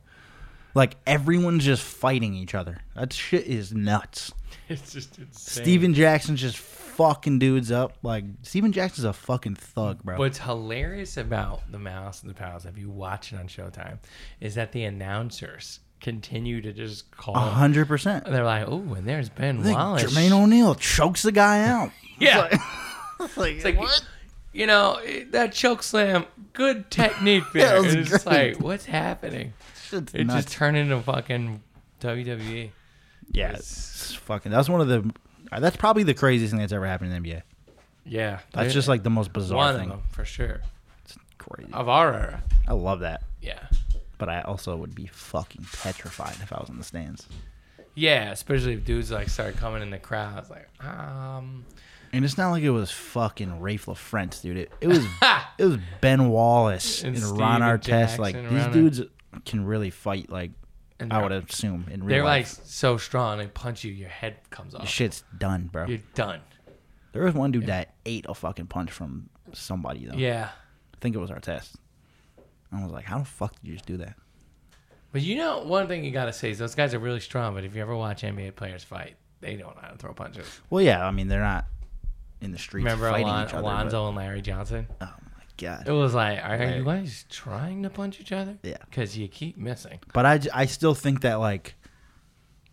Speaker 4: Like everyone's just fighting each other. That shit is nuts.
Speaker 3: it's just insane.
Speaker 4: Steven Jackson's just fucking dudes up. Like Steven Jackson's a fucking thug, bro.
Speaker 3: What's hilarious about the Mouse and the Palace, if you watch it on Showtime, is that the announcers continue to just call.
Speaker 4: A hundred percent.
Speaker 3: They're like, oh, and there's Ben
Speaker 4: Like,
Speaker 3: uh, Wallace.
Speaker 4: Jermaine O'Neal chokes the guy out.
Speaker 3: yeah.
Speaker 4: like,
Speaker 3: It's like, you know, it- that choke slam, good technique there.
Speaker 4: That was
Speaker 3: it's just
Speaker 4: great.
Speaker 3: like, what's happening?
Speaker 4: shit's
Speaker 3: It
Speaker 4: nuts.
Speaker 3: just turned into fucking E. WWE.
Speaker 4: yeah, it's fucking. That's one of the. That's probably the craziest thing that's ever happened in the NBA.
Speaker 3: Yeah.
Speaker 4: That's just like the most bizarre
Speaker 3: one
Speaker 4: thing.
Speaker 3: of them, for sure.
Speaker 4: It's crazy.
Speaker 3: Of our era.
Speaker 4: I love that.
Speaker 3: Yeah.
Speaker 4: But I also would be fucking petrified if I was in the stands.
Speaker 3: Yeah, especially if dudes like started coming in the crowd. It's like, um,
Speaker 4: And it's not like it was fucking Rafe LaFrance, dude. It, it was it was Ben Wallace
Speaker 3: And
Speaker 4: and, Ron
Speaker 3: Steven
Speaker 4: Artest.
Speaker 3: Jackson,
Speaker 4: like these
Speaker 3: Ron Ar-
Speaker 4: dudes can really fight. Like
Speaker 3: And
Speaker 4: I
Speaker 3: they're-
Speaker 4: would assume in real
Speaker 3: they're like
Speaker 4: life,
Speaker 3: so strong, they punch you, your head comes off.
Speaker 4: This shit's done, bro.
Speaker 3: You're done.
Speaker 4: There was one dude that ate a fucking punch from somebody though.
Speaker 3: Yeah.
Speaker 4: I think it was Artest. I was like, how the fuck did you just do that?
Speaker 3: But you know, one thing you got to say is those guys are really strong, but if you ever watch NBA players fight, they don't know how to throw punches.
Speaker 4: Well, yeah, I mean they're not in the streets
Speaker 3: Remember
Speaker 4: fighting
Speaker 3: Alon-
Speaker 4: each other. but-
Speaker 3: Alonzo and Larry Johnson?
Speaker 4: oh my god.
Speaker 3: It was like, are you
Speaker 4: Larry.
Speaker 3: guys trying to punch each other?
Speaker 4: Yeah.
Speaker 3: Because you keep missing.
Speaker 4: But I, j- I still think that like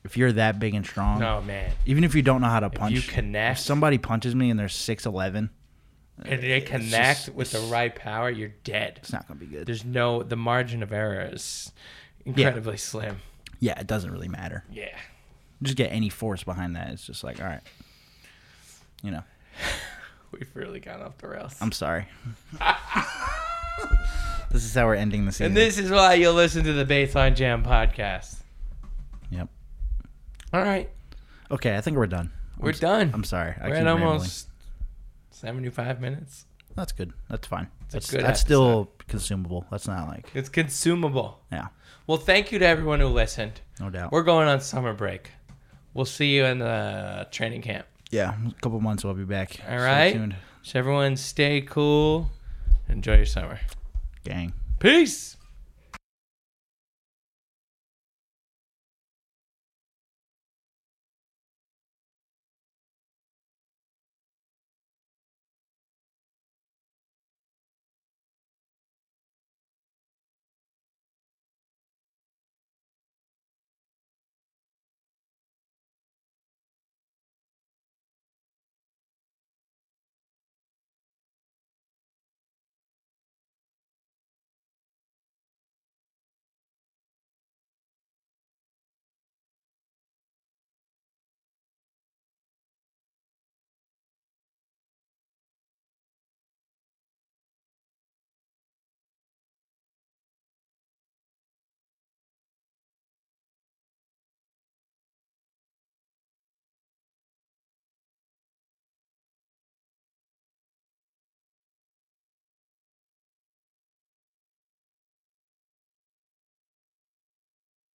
Speaker 4: if you're that big and strong,
Speaker 3: No, man.
Speaker 4: even if you don't know how to
Speaker 3: you
Speaker 4: punch,
Speaker 3: connect-
Speaker 4: If somebody punches me and they're six eleven,
Speaker 3: And they
Speaker 4: it's
Speaker 3: connect
Speaker 4: just-
Speaker 3: with the right power, you're dead.
Speaker 4: it's not gonna be good.
Speaker 3: There's no, the margin of error is incredibly slim.
Speaker 4: yeah, it doesn't really matter.
Speaker 3: Yeah.
Speaker 4: Just get any force behind that. It's just like all right, you know.
Speaker 3: We've really gone off the rails.
Speaker 4: I'm sorry. this is how we're ending the season.
Speaker 3: and this is why you'll listen to the Baseline Jam podcast.
Speaker 4: yep.
Speaker 3: All right.
Speaker 4: Okay, I think we're done.
Speaker 3: We're done.
Speaker 4: I'm sorry. I
Speaker 3: We're
Speaker 4: keep
Speaker 3: at
Speaker 4: rambling.
Speaker 3: almost 75 minutes.
Speaker 4: That's good. That's fine. That's,
Speaker 3: good
Speaker 4: that's still consumable. That's not like
Speaker 3: It's consumable.
Speaker 4: yeah,
Speaker 3: Well, thank you to everyone who listened.
Speaker 4: no doubt.
Speaker 3: We're going on summer break. We'll see you in the training camp.
Speaker 4: yeah, a couple months. I'll be back.
Speaker 3: All
Speaker 4: Stay
Speaker 3: right.
Speaker 4: tuned.
Speaker 3: So everyone stay cool. Enjoy your summer.
Speaker 4: gang.
Speaker 3: Peace.